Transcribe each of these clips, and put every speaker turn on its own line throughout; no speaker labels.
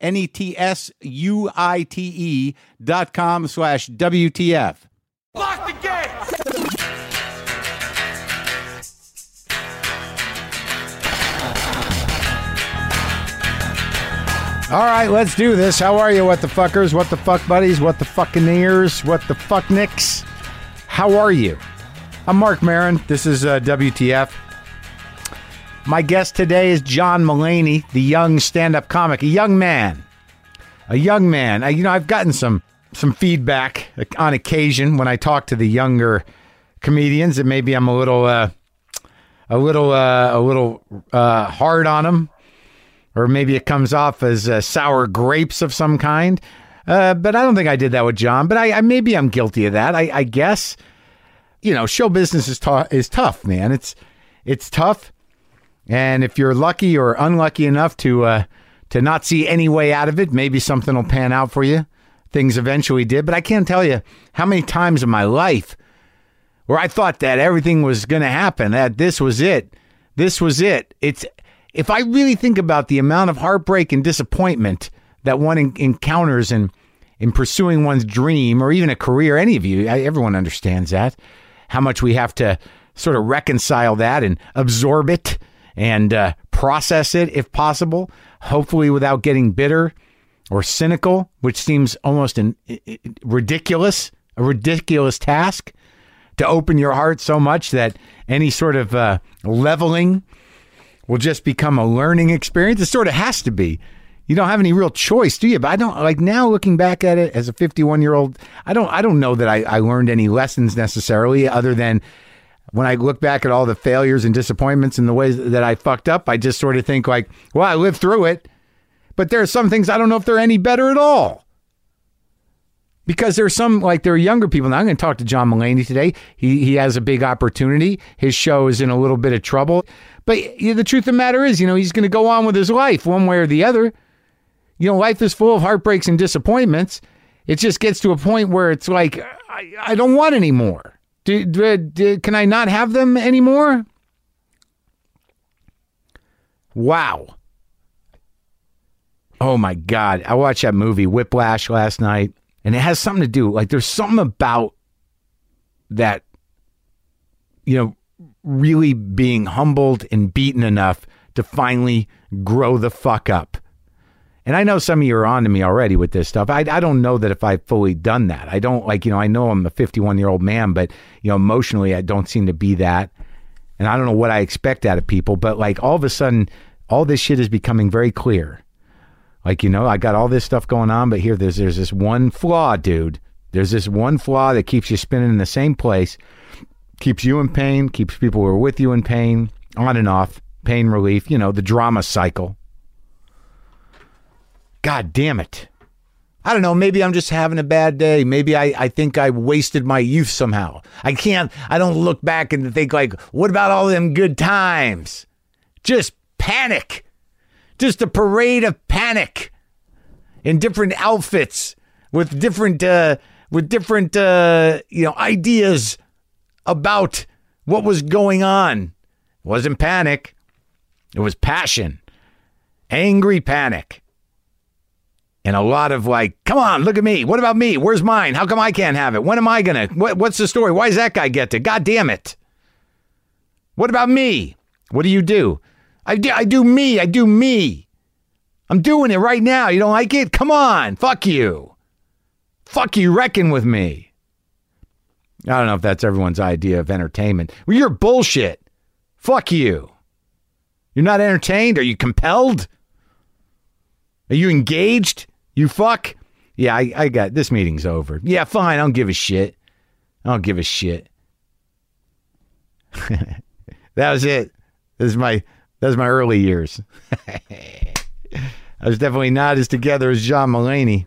N E T S U I T E dot com slash WTF.
Lock the gate!
All right, let's do this. How are you, what the fuckers? What the fuck buddies? What the fucking ears? What the fuck nicks? How are you? I'm Mark Marin. This is uh, WTF. My guest today is John Mullaney, the young stand-up comic, a young man, a young man. I, you know, I've gotten some some feedback on occasion when I talk to the younger comedians that maybe I'm a little uh, a little uh, a little uh, hard on them or maybe it comes off as uh, sour grapes of some kind. Uh, but I don't think I did that with John. But I, I maybe I'm guilty of that. I, I guess, you know, show business is tou- is tough, man. It's it's tough, and if you're lucky or unlucky enough to uh, to not see any way out of it, maybe something will pan out for you. Things eventually did, but I can't tell you how many times in my life where I thought that everything was going to happen, that this was it, this was it. It's if I really think about the amount of heartbreak and disappointment that one en- encounters in in pursuing one's dream or even a career, any of you, I, everyone understands that how much we have to sort of reconcile that and absorb it and uh, process it if possible, hopefully without getting bitter or cynical, which seems almost an, i- i- ridiculous, a ridiculous task to open your heart so much that any sort of uh, leveling will just become a learning experience. It sort of has to be. You don't have any real choice, do you? But I don't like now looking back at it as a 51 year old. I don't. I don't know that I, I learned any lessons necessarily, other than when I look back at all the failures and disappointments and the ways that I fucked up. I just sort of think like, well, I lived through it. But there are some things I don't know if they're any better at all because there's some like there are younger people. Now I'm going to talk to John Mulaney today. He he has a big opportunity. His show is in a little bit of trouble, but you know, the truth of the matter is, you know, he's going to go on with his life one way or the other. You know, life is full of heartbreaks and disappointments. It just gets to a point where it's like I, I don't want any more. Do, do, do, can I not have them anymore? Wow. Oh my God. I watched that movie Whiplash last night, and it has something to do. Like, there's something about that, you know, really being humbled and beaten enough to finally grow the fuck up. And I know some of you are on to me already with this stuff. I, I don't know that if I've fully done that. I don't like, you know, I know I'm a 51 year old man, but, you know, emotionally, I don't seem to be that and I don't know what I expect out of people, but like all of a sudden, all this shit is becoming very clear. Like you know, I got all this stuff going on, but here there's there's this one flaw, dude. There's this one flaw that keeps you spinning in the same place, keeps you in pain, keeps people who are with you in pain, on and off, pain relief. You know, the drama cycle. God damn it. I don't know. Maybe I'm just having a bad day. Maybe I, I think I wasted my youth somehow. I can't, I don't look back and think, like, what about all them good times? Just panic. Just a parade of panic in different outfits with different, uh, with different, uh, you know, ideas about what was going on. It wasn't panic, it was passion, angry panic and a lot of like, come on, look at me. What about me? Where's mine? How come I can't have it? When am I gonna? What, what's the story? Why does that guy get to? God damn it! What about me? What do you do? I do, I do me. I do me. I'm doing it right now. You don't like it? Come on, fuck you. Fuck you. Reckon with me. I don't know if that's everyone's idea of entertainment. Well, you're bullshit. Fuck you. You're not entertained? Are you compelled? Are you engaged? You fuck? Yeah, I, I got this meeting's over. Yeah, fine. I don't give a shit. I don't give a shit. that was it. This is my that was my early years. I was definitely not as together as John Mulaney,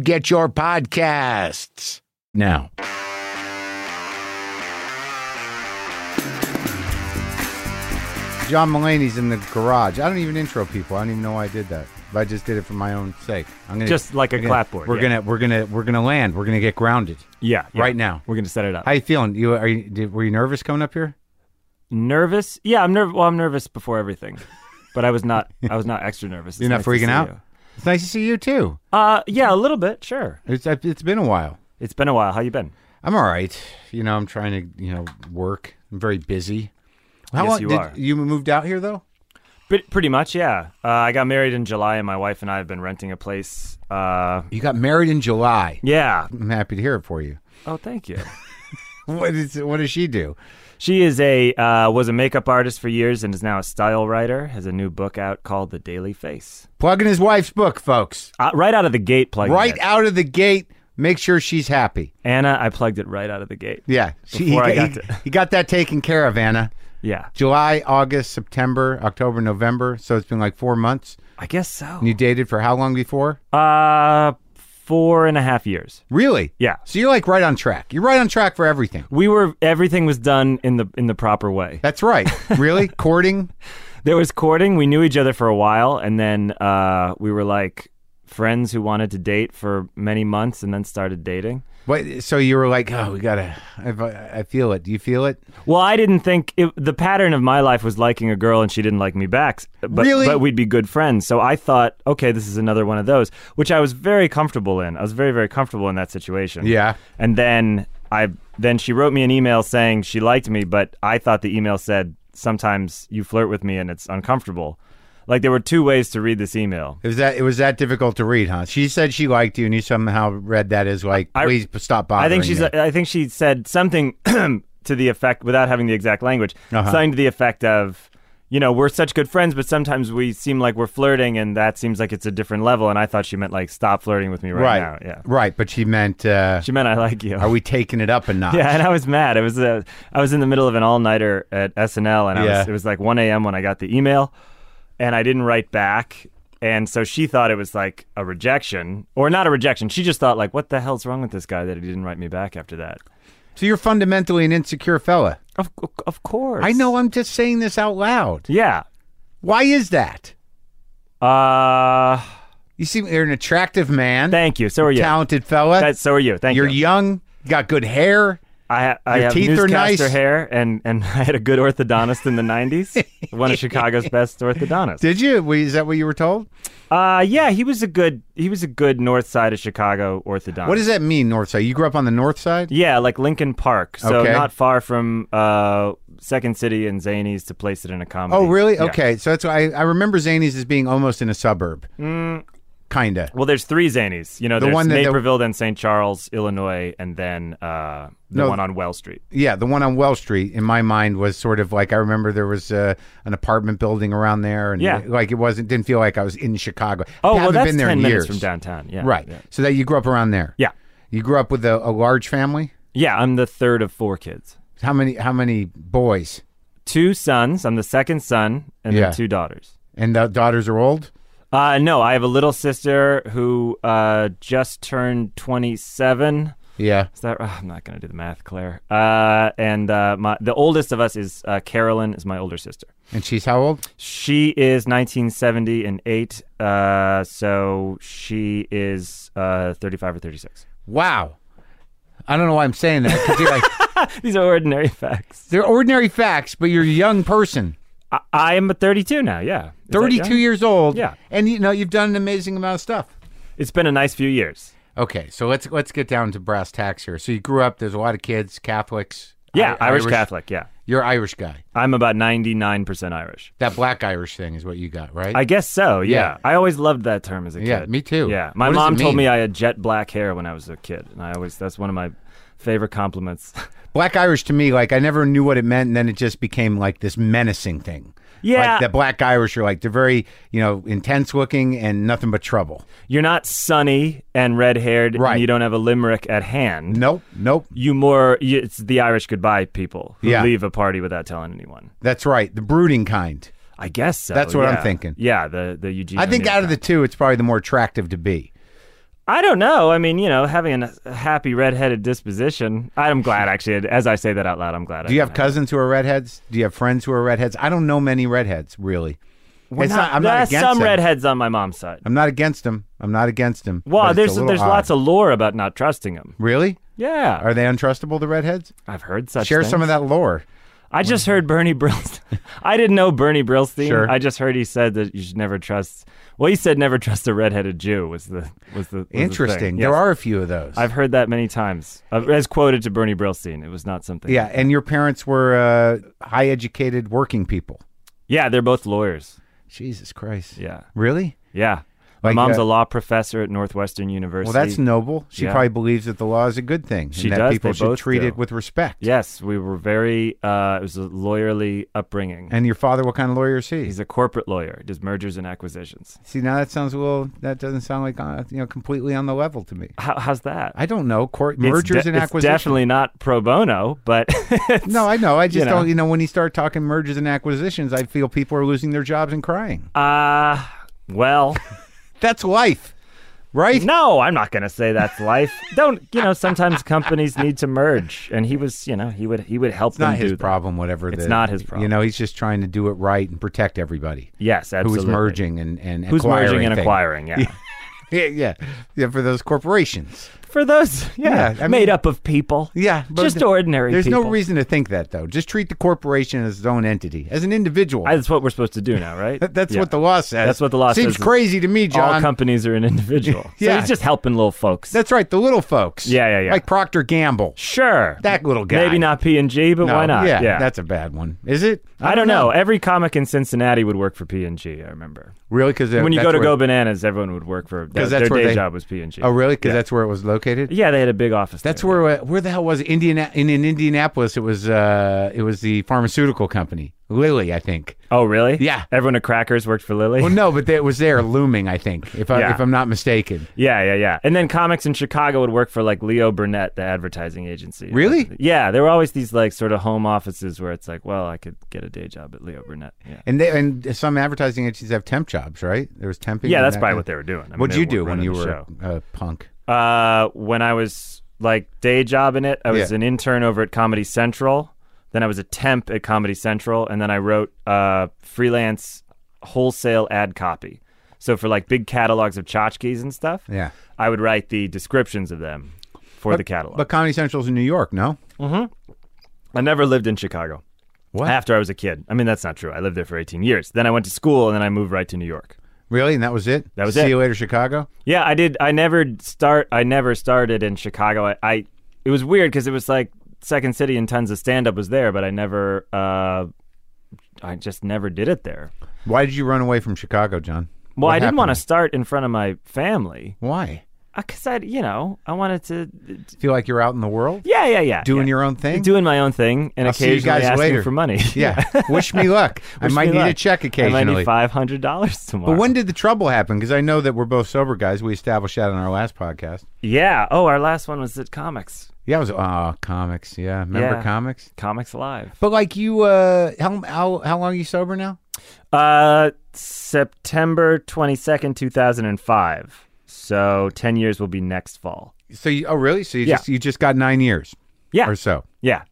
get your podcasts. Now. John Mulaney's in the garage. I don't even intro people. I don't even know why I did that. But I just did it for my own sake. I'm gonna
Just like a
we're gonna-
clapboard,
We're
yeah.
gonna we're gonna we're gonna land. We're gonna get grounded.
Yeah, yeah.
Right now.
We're gonna set it up.
How you feeling? You are you, did, were you nervous coming up here?
nervous? Yeah, I'm nervous. Well, I'm nervous before everything, but I was not. I was not extra nervous. It's
You're not
nice to
freaking
see
out.
you.
It's nice to see you too.
Uh, yeah, a little bit. Sure.
It's it's been a while.
It's been a while. How you been?
I'm all right. You know, I'm trying to you know work. I'm very busy. How
Yes,
long
you
did
are.
you moved out here though?
Pre- pretty much, yeah. Uh, I got married in July, and my wife and I have been renting a place. Uh,
You got married in July.
yeah.
I'm happy to hear it for you.
Oh, thank you.
What is what does she do?
She is a uh, was a makeup artist for years and is now a style writer. Has a new book out called The Daily Face.
Plugging his wife's book, folks.
Uh, right out of the gate, plugging
Right
it.
out of the gate, make sure she's happy.
Anna, I plugged it right out of the gate.
Yeah, she,
Before
he,
I got
he-
to-
he got that taken care of, Anna.
Yeah,
July, August, September, October, November. So it's been like four months.
I guess so.
And you dated for how long before?
Uh, four and a half years.
Really?
Yeah.
So you're like right on track. You're right on track for everything.
We were everything was done in the in the proper way.
That's right. Really? Courting?
There was courting. We knew each other for a while, and then uh, we were like friends who wanted to date for many months, and then started dating.
What, so you were like, oh, we gotta. I, I feel it. Do you feel it?
Well, I didn't think it, the pattern of my life was liking a girl and she didn't like me back, but,
Really?
but we'd be good friends. So I thought, okay, this is another one of those, which I was very comfortable in. I was very, very comfortable in that situation.
Yeah.
And then I then she wrote me an email saying she liked me, but I thought the email said sometimes you flirt with me and it's uncomfortable. Like there were two ways to read this email.
It was that. It was that difficult to read, huh? She said she liked you, and you somehow read that as like,
I-
please stop bothering.
I think she's.
me.
I think she said something to the effect, without having the exact language,
Uh-huh.
something to the effect of, you know, we're such good friends, but sometimes we seem like we're flirting, and that seems like it's a different level. And I thought she meant like stop flirting with me
right.
right, now. Yeah,
Right, but she meant. Uh,
she meant I like you.
are we taking it up a notch?
yeah, and I was mad. It was uh, I was in the middle of an all nighter at SNL, and I
Yeah.
was, it was like 1 a.m. when I got the email, and I didn't write back. And so she thought it was like a rejection, or not a rejection. She just thought like, "What the hell's wrong with this guy that he didn't write me back after that?"
So you're fundamentally an insecure fella.
Of of course.
I know. I'm just saying this out loud.
Yeah.
Why is that?
Uh
You seem you're an attractive man,
thank you. So are you.
talented fella.
That- so are you. Thank
you're
you.
young, got good hair.
I, ha- I
your
have
teeth are
newscaster
nice.
hair and and I had a good orthodontist in the 90s. one of Chicago's best orthodontists.
Did you? Is that what you were told?
Uh yeah, he was a good he was a good north side of Chicago orthodontist.
What does that mean, North Side? You grew up on the North Side?
Uh, Yeah, like Lincoln Park. So
Okay.
not far from uh Second City and Zanies to place it in a comedy.
Oh, really?
Yeah.
Okay. So that's why I, I remember Zanies as being almost in a suburb.
Mm.
Kinda.
Well, there's three Zanies. You know,
The
there's
one that- that-
Naperville, then St. Charles, Illinois, and then uh, the
No.
one on Well Street.
Yeah, the one on Well Street in my mind was sort of like I remember there was uh, an apartment building around there, and
Yeah.
like it wasn't didn't feel like I was in Chicago. I
Oh, well,
haven't
that's
been there
10
in
minutes
years.
from downtown. Yeah.
Right.
Yeah.
So that you grew up around there.
Yeah.
You grew up with a, a large family.
Yeah, I'm the third of four kids.
How many? How many boys?
Two sons. I'm the second son, and
Yeah.
then two daughters.
And the daughters are old.
Uh, no, I have a little sister who uh, just turned 27.
Yeah.
Is that? oh, I'm not going to do the math, Claire. Uh, and uh, my, the oldest of us is uh, Carolyn, is my older sister.
And she's how old?
She is 1970 and eight, uh, so she is uh, 35 or 36.
Wow. I don't know why I'm saying that. 'cause you're like,
These are ordinary facts.
they're ordinary facts, but you're a young person.
I, I am 32 now. Yeah, Is that
32
young?
years old.
Yeah.
And you know, you've done an amazing amount of stuff.
It's been a nice few years.
Okay, so let's let's get down to brass tacks here. So you grew up, there's a lot of kids, Catholics.
Yeah,
I-
Irish, Catholic. Yeah,
You're Irish guy.
I'm about 99 percent Irish.
That black Irish thing is what you got, right?
I guess so. Yeah.
Yeah.
I always loved that term as a
Yeah,
kid.
me too.
Yeah, my
What does
mom
it
told
mean?
me I had jet black hair when I was a kid, and I always that's one of my favorite compliments.
black Irish to me, like I never knew what it meant and then it just became like this menacing thing.
Yeah.
Like the black Irish are like they're very, you know, intense looking and nothing but trouble.
You're not sunny and red haired,
Right.
and you don't have a limerick at hand.
Nope, nope.
you more you, it's the Irish goodbye people who
Yeah.
leave a party without telling anyone.
That's right. The brooding kind.
I guess so.
That's what I'm
yeah.
thinking.
Yeah, the the Eugene.
I think
O'Neill
out of
guy.
the two it's probably the more attractive to be.
I don't know. I mean, you know, having a happy redheaded disposition. I'm glad actually. As I say that out loud, I'm glad. I
Do you have
don't
cousins who are redheads? Do you have friends who are redheads? I don't know many redheads, really. It's not- I'm
There
not
are
against
some
them.
redheads on my mom's side.
I'm not against them. I'm not against them.
Well, there's there's lots of lore about not trusting them.
Really?
Yeah,
Are they untrustable, the redheads?
I've heard such.
Share some
things.
of that lore.
I just heard Bernie Brillstein. I didn't know Bernie Brillstein.
Sure.
I just heard he said that you should never trust. Well, he said never trust a redheaded Jew was the was the was the thing.
Interesting.
Yes.
There are a few of those.
I've heard that many times, Uh, as quoted to Bernie Brillstein. It was not something.
yeah, and your parents were uh, high educated working people.
yeah, they're both lawyers.
Jesus Christ.
Yeah,
Really?
yeah. My
Like,
mom's
uh,
a law professor at Northwestern University.
Well, that's noble. She
Yeah.
probably believes that the law is a good thing
She
and that
does.
people
They
should
both
treat
do.
it with respect.
yes. We were very. Uh, it was a lawyerly upbringing.
And your father, what kind of lawyer is he?
He's a corporate lawyer, does mergers and acquisitions.
See, now that sounds a little. That doesn't sound like uh, you know completely on the level to me.
How, how's that?
I don't know court
It's
mergers
de-
and acquisitions.
It's definitely not pro bono, but
no, I know. I just
you know.
don't. You know, when you start talking mergers and acquisitions, I feel people are losing their jobs and crying.
uh, well,
That's life, right?
no, I'm not going to say that's life. Don't you know? Sometimes companies need to merge, and he was, you know, he would he would help
It's not
them
his
do that.
problem. Whatever.
It's
the-
not his
You
problem.
know, he's just trying to do it right and protect everybody
Yes,
who
absolutely.
is merging and and
Who's
acquiring
merging and
things.
acquiring? Yeah.
Yeah, yeah, yeah. For those corporations.
For those, yeah,
Yeah, I
made
mean-
up of people.
Yeah, but
just
th-
ordinary.
There's no
people.
reason to think that though. Just treat the corporation as its own entity, as an individual.
I- That's what we're supposed to do now, right?
That- That's
Yeah.
what the law says.
That's what the law
Seems
says.
crazy to me,
All
John.
companies are an individual.
Yeah.
So he's just helping little folks.
That's right, the little folks.
Yeah, yeah, yeah.
Like Procter Gamble.
sure.
That little guy.
Maybe not P and G, but
No,
why not?
Yeah, that's a bad one. Is it?
I don't know. Every comic in Cincinnati would work for P and G. I remember
Really? uh, Because
when you go to Go Bananas, everyone would work for their,
that's
their
where
day
they-
job was P and G.
Oh, really? Because that's where it was located.
yeah, they had a big office.
That's
there.
where uh, where the hell was it? Indiana in, in Indianapolis? It was uh it was the pharmaceutical company Lilly, I think.
Oh, really?
Yeah.
Everyone at Crackers worked for Lilly.
Well, no, but it was there looming. I think if I,
Yeah.
if I'm not mistaken.
Yeah, yeah, yeah. And then comics in Chicago would work for like Leo Burnett, the advertising agency.
Really?
Yeah, there were always these like sort of home offices where it's like, well, I could get a day job at Leo Burnett. Yeah,
And they, and some advertising agencies have temp jobs, right? There was temping.
yeah,
and
that's
that
probably
kind-
what they were doing. I mean,
What'd
they
you do when
running
you
the
were
show.
a punk?
Uh, when I was like day job in it, I was
Yeah.
an intern over at Comedy Central. Then I was a temp at Comedy Central, and then I wrote uh, freelance wholesale ad copy. So for like big catalogs of tchotchkes and stuff,
Yeah.
I would write the descriptions of them for the catalog.
But Comedy Central's in New York, no?
I never lived in Chicago.
What?
After I was a kid. I mean, that's not true. I lived there for 18 years. Then I went to school and then I moved right to New York.
Really? And that was it?
That was
See
it.
you later, Chicago?
Yeah, I did. I never start. I never started in Chicago. I, I it was weird because it was like Second City and tons of stand up was there, but I never, uh, I just never did it there.
Why did you run away from Chicago, John?
Well, I didn't want to
happened?
start in front of my family
Why?
because I, you know, I wanted to.
Feel like you're out in the world?
Yeah, yeah, yeah.
Doing
yeah.
your own thing?
doing my own thing and
I'll see you
occasionally
guys
asking
later.
for money.
yeah. Wish me luck. I
Wish
might
me
need a
luck.
check occasionally.
I might need five hundred dollars tomorrow.
but when did the trouble happen? Because I know that we're both sober guys. We established that on our last podcast.
Yeah. Oh, our last one was at comics.
Yeah, I was oh comics. Yeah, remember
Yeah.
comics?
Comics Live.
But like you, uh, how how how long are you sober now?
Uh, September 22nd, 2005. So 10 years will be next fall.
So you, oh really? So you
Yeah.
just you just got nine years
Yeah.
or so.
Yeah.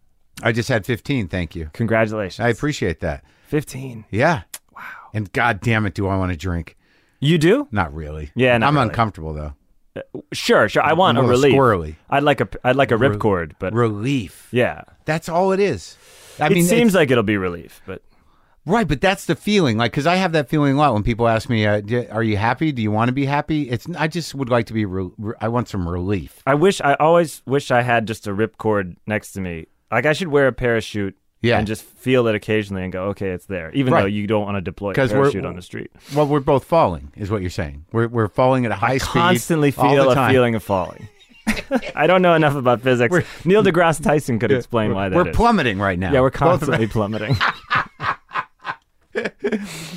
I just had fifteen. Thank you.
Congratulations.
I appreciate that.
15.
Yeah. Wow. And god damn it, do I want to drink?
You do?
Not really.
Yeah, not
I'm
really.
uncomfortable though.
Sure, sure. I want a
little
relief.
squirrely.
I'd like a I'd like a ripcord, but
Relief.
yeah.
That's all it is. I
It
mean,
seems
it's-
like it'll be relief, but
right, but that's the feeling. Like, because I have that feeling a lot when people ask me, uh, d- "Are you happy? Do you want to be happy?" It's I just would like to be. Re- re- I want some relief.
I wish I always wish I had just a ripcord next to me. Like I should wear a parachute
Yeah.
and just feel it occasionally and go, "Okay, it's there." Even
Right.
though you don't want to deploy a
'Cause we're-
parachute on the street.
Well, we're both falling, is what you're saying. We're we're falling at a high speed.
Constantly
E all
feel
the
a
time.
feeling of falling. I don't know enough about physics. Neil deGrasse Tyson could explain why that
We're
is.
plummeting right now.
yeah, we're
Both of us.
constantly plummeting.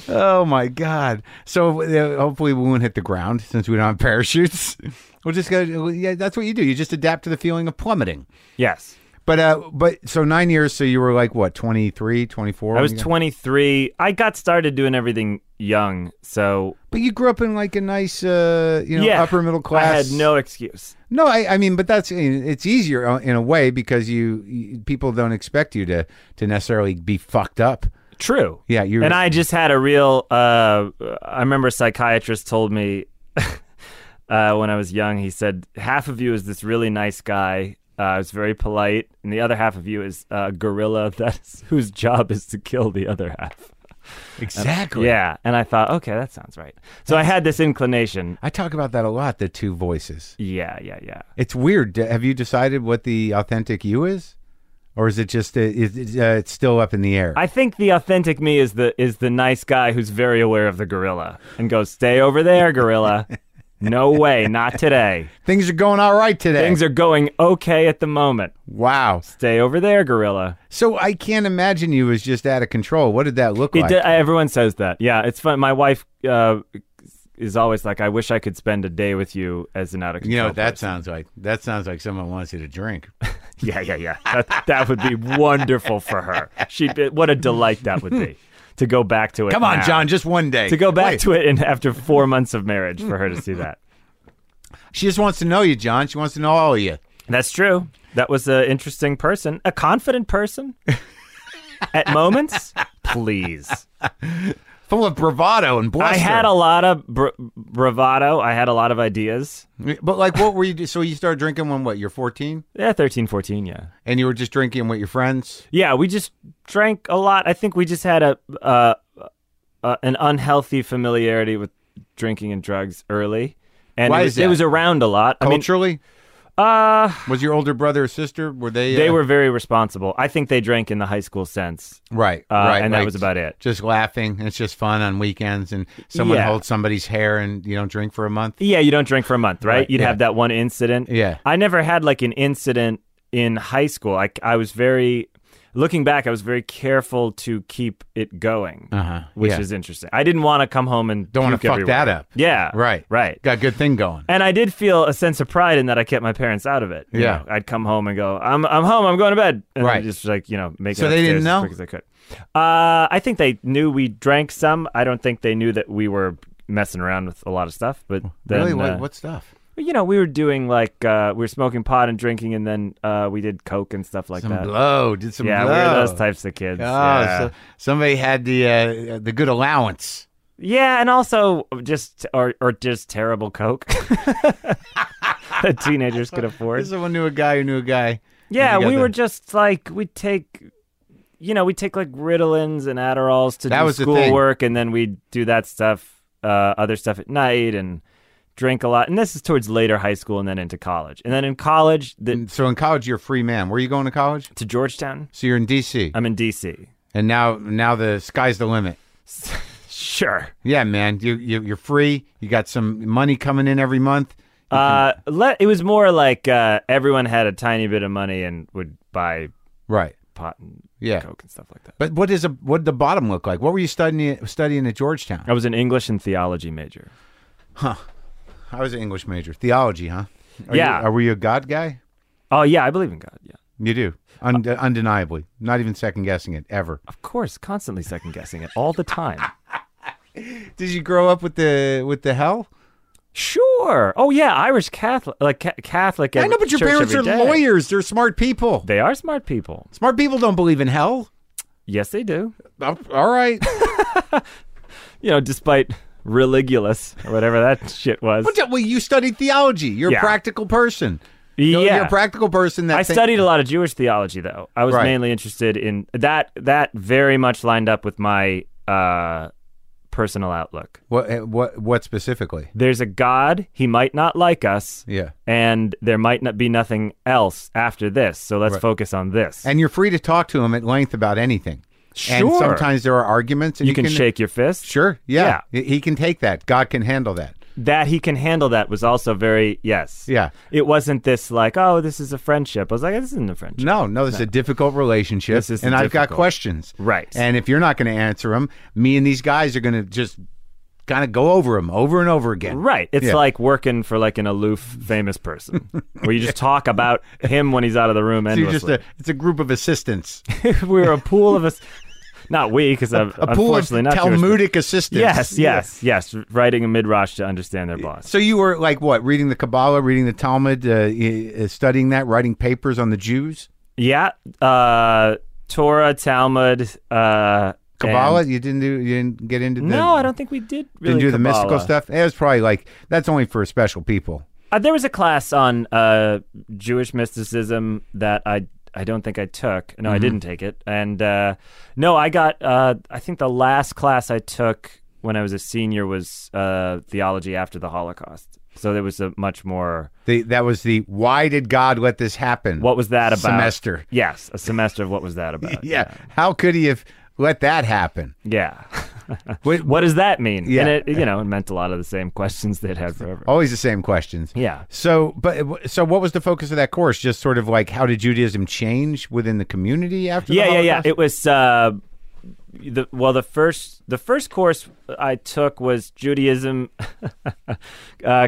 Oh my god! So uh, hopefully we won't hit the ground since we don't have parachutes. We'll just go. Yeah, that's what you do. You just adapt to the feeling of plummeting.
yes.
But uh, but so nine years. So you were like what, 23, 24?
I was
when you got-
23. I got started doing everything young, so
But you grew up in like a nice, uh, you know, upper middle class.
I had no excuse.
No, I, I mean, but that's it's easier uh, in a way because you, you people don't expect you to to necessarily be fucked up.
True.
Yeah, you're-
And I just had a real. Uh, I remember a psychiatrist told me uh, when I was young. He said half of you is this really nice guy. Uh, who's very polite, and the other half of you is a gorilla that's whose job is to kill the other half.
Exactly.
Yeah, and I thought, okay, that sounds right. So I had this inclination.
I talk about that a lot. The two voices.
Yeah, yeah, yeah.
It's weird. D- Have you decided what the authentic you is, or is it just uh, is, is, uh, it's still up in the air?
I think the authentic me is the is the nice guy who's very aware of the gorilla and goes, "Stay over there, gorilla." No way, not today.
Things are going all right today.
Things are going okay at the moment.
wow.
Stay over there, gorilla.
So I can't imagine you as just out of control. What did that look
It
like?
d- everyone says that. Yeah, it's fun. My wife uh, is always like, "I wish I could spend a day with you as an out of
you
control."
know what that sounds like. That sounds like someone wants you to drink.
person." Yeah, yeah, yeah. That, that would be wonderful for her. She'd be, what a delight that would be to go back to it.
Come on,
now.
John, just one day.
To go back
Wait,
to it, and after four months of marriage, for her to see that.
She just wants to know you, John. She wants to know all of you.
That's true. That was an interesting person, a confident person at moments. Please.
Full of bravado and
I
bluster.
had a lot of bra- bravado. I had a lot of ideas.
But like, what were you? do- So you started drinking when what? You're 14,
Yeah, 13, 14, yeah.
and you were just drinking with your friends.
Yeah, we just drank a lot. I think we just had a uh, uh, an unhealthy familiarity with drinking and drugs early. And
Why
it was,
is that?
it was around a lot.
Culturally,
I mean, uh,
was your older brother or sister? Were they?
they
uh,
were very responsible. I think they drank in the high school sense.
right,
Uh,
right,
and that
like,
was about it.
Just laughing. It's just fun on weekends, and someone
Yeah.
holds somebody's hair, and you don't drink for a month.
Yeah, you don't drink for a month, right?
Right,
You'd
yeah.
have that one incident.
Yeah.
I never had like an incident in high school. I, I was very, looking back, I was very careful to keep it going,
Uh-huh,
which
yeah.
is interesting. I didn't want to come home and
Don't wanna
puke
fuck
everywhere.
that up.
Yeah.
Right,
Right.
Got a good thing going.
And I did feel a sense of pride in that I kept my parents out of it. You
Yeah.
know, I'd come home and go, I'm, I'm home, I'm going to bed. And
Right.
I'd just like, you know, make
So
it
they didn't
upstairs
know?
as quick as I could. Uh, I think they knew we drank some. I don't think they knew that we were messing around with a lot of stuff. But then,
really,
uh,
what, what stuff?
you know, we were doing like uh, we were smoking pot and drinking, and then uh, we did coke and stuff like
Some
that.
blow. Did some
yeah,
blow.
we were those types of kids.
Oh,
yeah.
so somebody had the uh, the good allowance.
Yeah, and also just or or just terrible coke that teenagers could afford.
This someone knew a guy who knew a guy.
Yeah,
You got
we
the-
were just like we would take. You know, we take like Ritalins and Adderalls to
That
do
was the thing.
schoolwork, and then we do that stuff, uh, other stuff at night, and drink a lot. And this is towards later high school, and then into college. And then in college, the,
So in college, you're a free man. Where are you going to college?
to Georgetown,
So you're in D.C.
I'm in DC.
and now now the sky's the limit.
Sure.
Yeah, man, you, you you're free. You got some money coming in every month.
Uh, let it was more like uh, everyone had a tiny bit of money and would buy
Right.
pot and
Yeah.
coke and stuff like that.
But what is a what did the bottom look like? What were you studying studying at Georgetown?
I was an English and theology major.
I was an English major, theology, huh? Are
Yeah.
You, are were you a God guy?
Oh yeah, I believe in God. Yeah,
You do. Und- undeniably. Not even second guessing it ever.
of course, constantly second guessing it all the time.
Did you grow up with the with the hell?
Sure. Oh yeah, Irish Catholic, like ca- Catholic.
I know,
every-
but your
church
parents are
every day.
lawyers. They're smart people.
They are smart people.
Smart people don't believe in hell.
Yes, they do.
Uh, All right.
You know, despite religulous or whatever that shit was.
But, well, you studied theology. You're a
Yeah.
practical person. You're-
yeah.
You're a practical person that
I
thi-
studied a lot of Jewish theology, though. I was
Right.
mainly interested in that. That very much lined up with my uh, personal outlook.
What, uh, what, what specifically?
There's a God. He might not like us,
Yeah.
and there might not be nothing else after this. So let's focus on this.
And you're free to talk to him at length about anything. And
Sure.
sometimes there are arguments. And
you can, shake your fist.
Sure. Yeah. He he can take that. God can handle that.
That he can handle that was also very yes.
Yeah.
It wasn't this like oh this is a friendship. I was like this isn't a friendship.
No, no, this is a difficult relationship.
This is
and I've got
difficult.
questions.
Right.
And if you're not going to answer them, me and these guys are going to just kind of go over them over and over again.
Right. It's
Yeah.
like working for like an aloof famous person where you just talk about him when he's out of the room
So you're just
endlessly.
a, it's a group of assistants,
we were a pool of us. Not we, because I'm
a pool of
unfortunately not Jewish, but-
Talmudic assistants.
Yes,
Yeah.
yes, yes. Writing a midrash to understand their boss.
So you were like what? Reading the Kabbalah, reading the Talmud, uh, y- uh, studying that, writing papers on the Jews,
Yeah. Uh, Torah, Talmud, uh,
Kabbalah.
and-
you didn't do, you didn't get into the,
no, I don't think we did. Really
didn't do the mystical
Kabbalah.
stuff. It was probably like that's only for special people.
Uh, there was a class on uh, Jewish mysticism that I I don't think I took. No, I
Mm-hmm.
didn't take it. And uh, no, I got. Uh, I think the last class I took when I was a senior was uh, theology after the Holocaust. So there was a much more.
The, that was the why did God let this happen?
What was that about?
Semester.
Yes, a semester of what was that about?
Yeah. How could he have let that happen?
yeah.
Wait,
what does that mean?
Yeah.
And it you know it meant a lot of the same questions they'd had forever.
Always the same questions.
Yeah.
So, but so, what was the focus of that course? Just sort of like how did Judaism change within the community after?
yeah
the
yeah yeah
Holocaust?
it was uh the well the first the first course i took was judaism uh, c- uh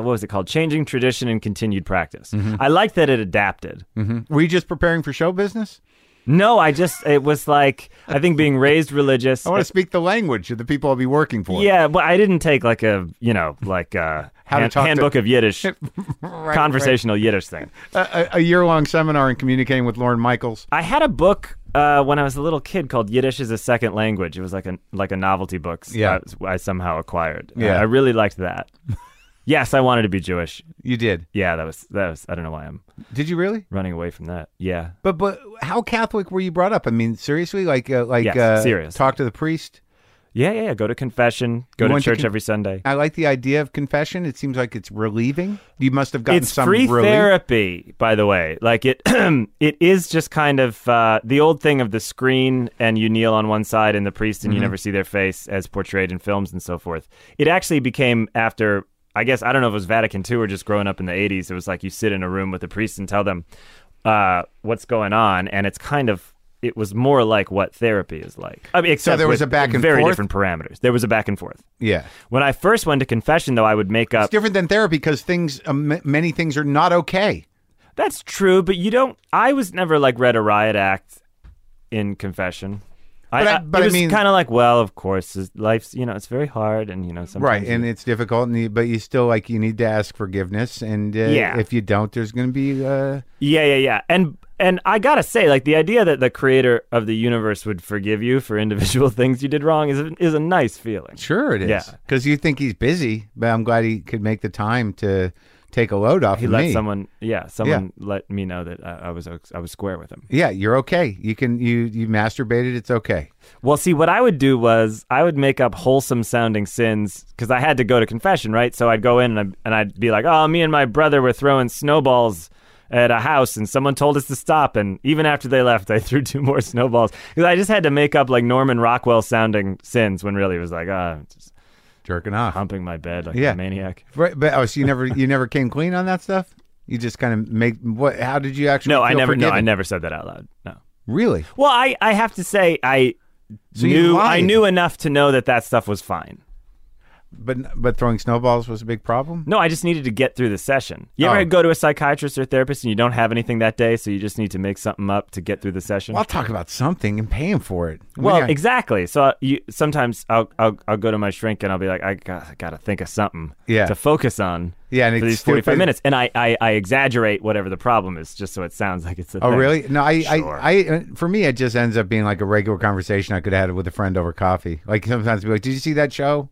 what was it called changing tradition and continued practice
Mm-hmm.
i liked that it adapted
Were you just preparing for show business?
no i just it was like i think being raised religious
I want to Uh, speak the language of the people I'll be working for.
yeah but i didn't take like a you know like a
How to
hand-
talk to-
handbook of yiddish
Right,
conversational yiddish thing
right. A, a- a year-long seminar in communicating with Lauren Michaels.
I had a book uh, when I was a little kid called Yiddish is a Second Language. It was like a like a novelty book. s- uh,
Yeah.
I, I somehow acquired. Uh,
Yeah.
I really liked that. yes, I wanted to be Jewish.
You did.
Yeah, that was that was. I don't know why I'm
Did you really?
running away from that. Yeah,
But but how Catholic were you brought up? I mean, seriously, like uh, like
Yes,
uh,
serious.
Talk to the priest.
yeah, yeah. yeah. Go to confession.
You
Go to
went to
church
con-
every Sunday.
I like the idea of confession. It seems like it's relieving. You must have gotten
It's
some
free
relief.
therapy, by the way. Like it, it is just kind of uh, the old thing of the screen and you kneel on one side and the priest
Mm-hmm.
and you never see their face as portrayed in films and so forth. It actually became after, I guess I don't know if it was Vatican II or just growing up in the '80s. It was like you sit in a room with a priest and tell them uh, what's going on, and it's kind of. It was more like what therapy is like. I mean, except
there was
with
a back and
very
forth?
different parameters. There was a back and forth.
Yeah.
When I first went to confession, though, I would make up
It's different than therapy because things, um, m- many things are not okay.
That's true, but you don't. I was never like read a riot act in confession.
But I-
I,
but I
it was
mean-
kind of like, well, of course, is- life's you know it's very hard, and you know sometimes
Right.
you-
And it's difficult, and you, but you still like, you need to ask forgiveness. And uh,
Yeah.
if you don't, there's going to be, uh,
yeah, yeah, yeah, and and I gotta say, like the idea that the creator of the universe would forgive you for individual things you did wrong is a, is a nice feeling.
sure it is.
Yeah.
Because you think he's busy, but I'm glad he could make the time to take a load off
He
of
let
me.
someone, yeah, someone let me know that I, I was I was square with him.
Yeah, you're okay. You can, you, you masturbated. It's okay.
Well, see, what I would do was I would make up wholesome sounding sins because I had to go to confession, right? So I'd go in and I'd, and I'd be like, oh, me and my brother were throwing snowballs at a house and someone told us to stop. And even after they left, I threw two more snowballs because I just had to make up like Norman Rockwell sounding sins when really it was like, ah, I'm just
Jerking off.
humping my bed like
Yeah.
a maniac.
Right, but oh, so you never you never came clean on that stuff. You just kind of make what? How did you actually?
No, I
feel
never, no,
forgiven?
I never said that out loud. No.
Really?
Well, I, I have to say, I
you
knew, I
lied.
knew enough to know that that stuff was fine.
But but throwing snowballs was a big problem.
No, I just needed to get through the session. You ever
Oh.
go to a psychiatrist or therapist and you don't have anything that day, so you just need to make something up to get through the session?
I'll talk about something and pay him for it. We
Well,
got-
exactly. So uh, you, sometimes I'll, I'll I'll go to my shrink and I'll be like, I got, I got to think of something
Yeah.
to focus on
Yeah, and
for
it's
these forty five
stupid.
minutes, and I, I I exaggerate whatever the problem is, just so it sounds like it's. A
Oh
thing.
really? No, I,
Sure.
I, I, for me, it just ends up being like a regular conversation I could have had with a friend over coffee. Like sometimes be like, "Did you see that show?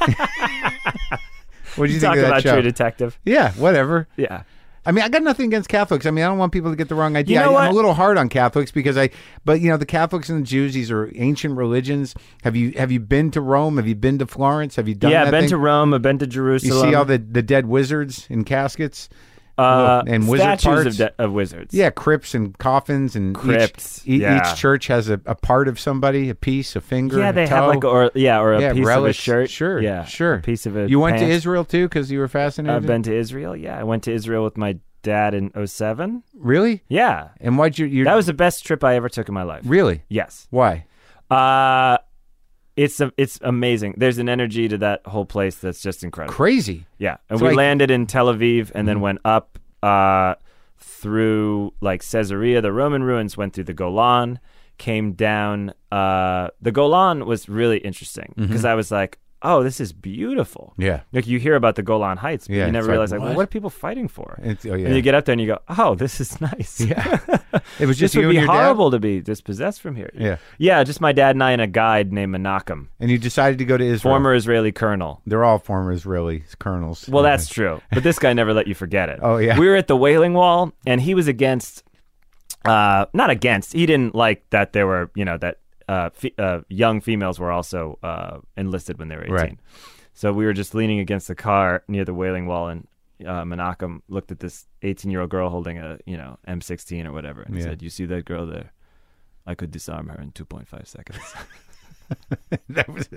what did you, think
Talk
of that
about
show?"
True Detective.
yeah, whatever.
Yeah.
I mean, I got nothing against Catholics. I mean, I don't want people to get the wrong idea.
You know
I, I'm
what?
a little hard on Catholics because I, but you know, the Catholics and the Jews, these are ancient religions. Have you have you been to Rome? Have you been to Florence? Have you done?
yeah,
that
I've been
thing?
to Rome. I've been to
You
Jerusalem.
see all the the dead wizards in caskets.
uh,
and wizard
statues
parts?
of, de- of wizards.
Yeah, crypts and coffins and each-
Crypts,
e- Each,
yeah.
church has a, a part of somebody, a piece, a finger.
yeah,
a
they
toe.
have like or yeah or a
yeah,
piece
relish,
of a shirt.
Sure,
yeah,
sure.
a piece of a.
You went to
pant.
Israel too because you were fascinated.
I've been to Israel. Yeah, I went to Israel with my dad in 07.
really.
Yeah,
And why'd you? you
that was the best trip I ever took in my life.
really
Yes.
why.
Uh it's a, it's amazing. There's an energy to that whole place that's just incredible.
Crazy.
Yeah. And
So,
we
like- Mm-hmm.
landed in Tel Aviv and then went up uh through like Caesarea, the Roman ruins, went through the Golan, came down uh the Golan was really interesting because I was like, "Oh, this is beautiful."
Mm-hmm. Yeah.
Like you hear about the Golan Heights, but
Yeah,
you
it's
never
like,
realize like, well,
what?
what are people fighting for?
It's- oh, yeah.
And you get up there and you go, "Oh, this is nice."
Yeah. It was just
This
you
would be
and your
horrible to be dispossessed from here.
Yeah.
Yeah, just my dad and I and a guide named Menachem,
dad, and you decided to go to Israel.
former Israeli colonel.
They're all former Israeli colonels.
Well, that's true. But this guy never let you forget it.
Oh, yeah.
We were at the Wailing Wall, and he was against, uh, not against, he didn't like that there were, you know, that uh, fe- uh, young females were also uh, enlisted when they were 18.
Right.
So we were just leaning against the car near the Wailing Wall, and uh, Menachem looked at this 18 year old girl holding a, you know, M16 or whatever, and he
Yeah.
said, You see that girl there? I could disarm her in 2.5 seconds.
that was.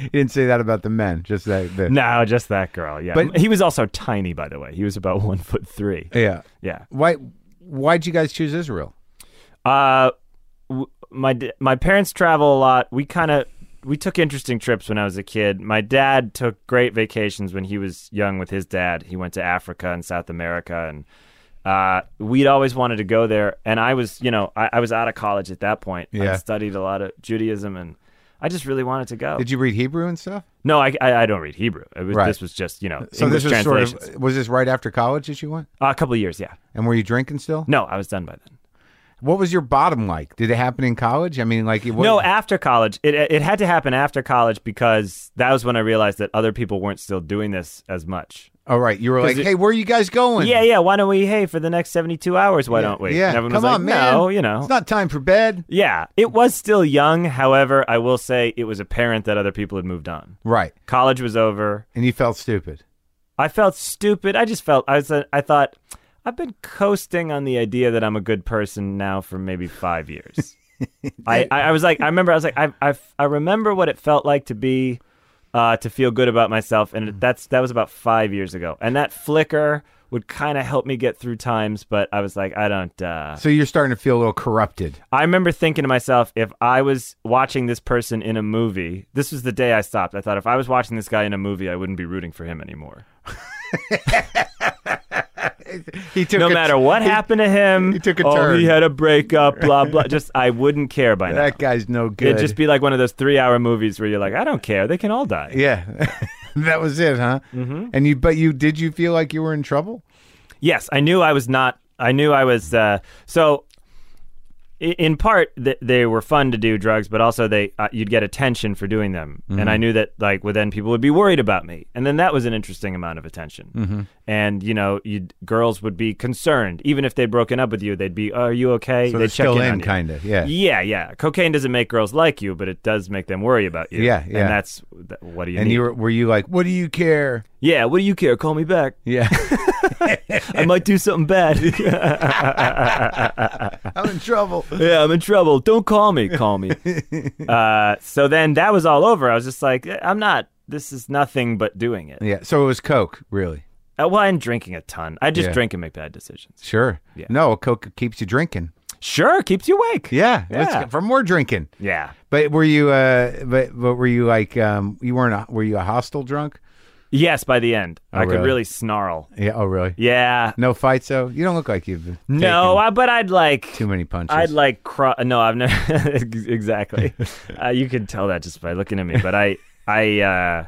He didn't say that about the men. Just that. The,
No, just that girl. Yeah,
But-
but he was also tiny, by the way. He was about one foot three.
Yeah.
Yeah.
Why? Why'd you guys choose Israel?
Uh, w- my d- my parents travel a lot. We kind of we took interesting trips when I was a kid. My dad took great vacations when he was young with his dad. He went to Africa and South America, and uh, we'd always wanted to go there. And I was, you know, I, I was out of college at that point.
Yeah.
I studied a lot of Judaism, and I just really wanted to go.
Did you read Hebrew and stuff?
no, I, I I don't read Hebrew. It was,
Right.
This was just you know
So
English
this was sort
translations.
of. Was this right after college that you went?
Uh, a couple of years, yeah.
And were you drinking still?
No, I was done by then.
What was your bottom like? Did it happen in college? I mean, like, it was,
No, after college, it it had to happen after college because that was when I realized that other people weren't still doing this as much.
all right. You were like,
it-
hey, where are you guys going?
Yeah, yeah. Why don't we? Hey, for the next seventy two hours, why don't we?
Yeah,
And everyone
come
was like,
on, man.
No, you know.
it's not time for bed.
yeah, it was still young. However, I will say it was apparent that other people had moved on.
Right,
College was over.
and you felt stupid.
I felt stupid. I just felt I was. uh, I thought I've been coasting on the idea that I'm a good person now for maybe five years. I, I I was like I remember I was like I I, I remember what it felt like to be uh, to feel good about myself, and it- that's that was about five years ago, and that flicker would kind of help me get through times, but I was like I don't. Uh,
So you're starting to feel a little corrupted.
I remember thinking to myself, if I was watching this person in a movie, this was the day I stopped. I thought if I was watching this guy in a movie, I wouldn't be rooting for him anymore.
He took
no
a-
matter what happened to him,
he took a
oh,
turn.
He had a breakup, blah blah. Just I wouldn't care by now.
That guy's no good.
It'd just be like one of those three-hour movies where you're like, I don't care. They can all die.
yeah. that was it, huh? Mm-hmm. And you, but you did you feel like you were in trouble?
Yes, I knew I was not. I knew I was. Uh, so, i- in part, th- they were fun to do drugs, but also they uh, you'd get attention for doing them, and I knew that like well, then people would be worried about me, and then that was an interesting amount of attention, and you know, you girls would be concerned even if they'd broken up with you, they'd be, "Are you okay?"
So
they'd
they're still in,
on you.
kinda, yeah.
yeah, yeah. Cocaine doesn't make girls like you, but it does make them worry about you.
Yeah, yeah.
And that's th- what do you
And
need?
you were, were you like, what do you care?
yeah, what do you care? Call me back.
Yeah,
I might do something bad.
I'm in trouble.
yeah, I'm in trouble. Don't call me. Call me. uh, so then that was all over. I was just like, "Eh, I'm not. This is nothing but doing it.
Yeah. So it was coke, really.
Uh, well, I'm drinking a ton. I just
Yeah.
drink and make bad decisions.
Sure.
Yeah.
No, coke keeps you drinking.
Sure, keeps you awake.
Yeah, let's
Yeah.
get- for more drinking.
Yeah.
But were you? Uh, but but were you like? Um, you weren't. A, were you a hostile drunk?
Yes, by the end. I
Oh,
could
really?
really snarl.
Yeah. Oh, really?
Yeah.
No fights though. You don't look like you've been
No,
taking
I, but I'd like
too many punches.
I'd like cro- no, I've never exactly. uh, you could tell that just by looking at me, but I I uh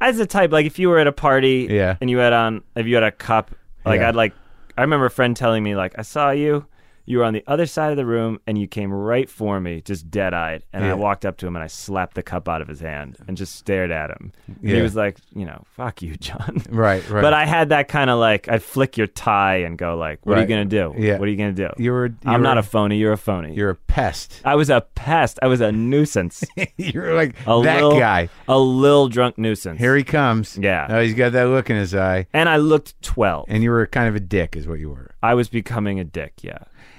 as a type like if you were at a party
Yeah.
and you had on if you had a cup like
Yeah.
I'd like I remember a friend telling me like I saw you you were on the other side of the room and you came right for me just dead-eyed and
Yeah.
I walked up to him and I slapped the cup out of his hand and just stared at him. And
Yeah.
he was like, you know, fuck you, John.
Right, right.
But I had that kind of like I'd flick your tie and go like, what are you
Right.
going to do?
Yeah.
What are you going to do?
You were- you
I'm not
were-
a phony, you're a phony.
You're a pest.
I was a pest. I was a nuisance.
You're like
A
that
little,
guy.
A little drunk nuisance.
Here he comes.
Yeah.
Oh, he's got that look in his eye.
and I looked 12.
And you were kind of a dick, is what you were.
I was becoming a dick, yeah.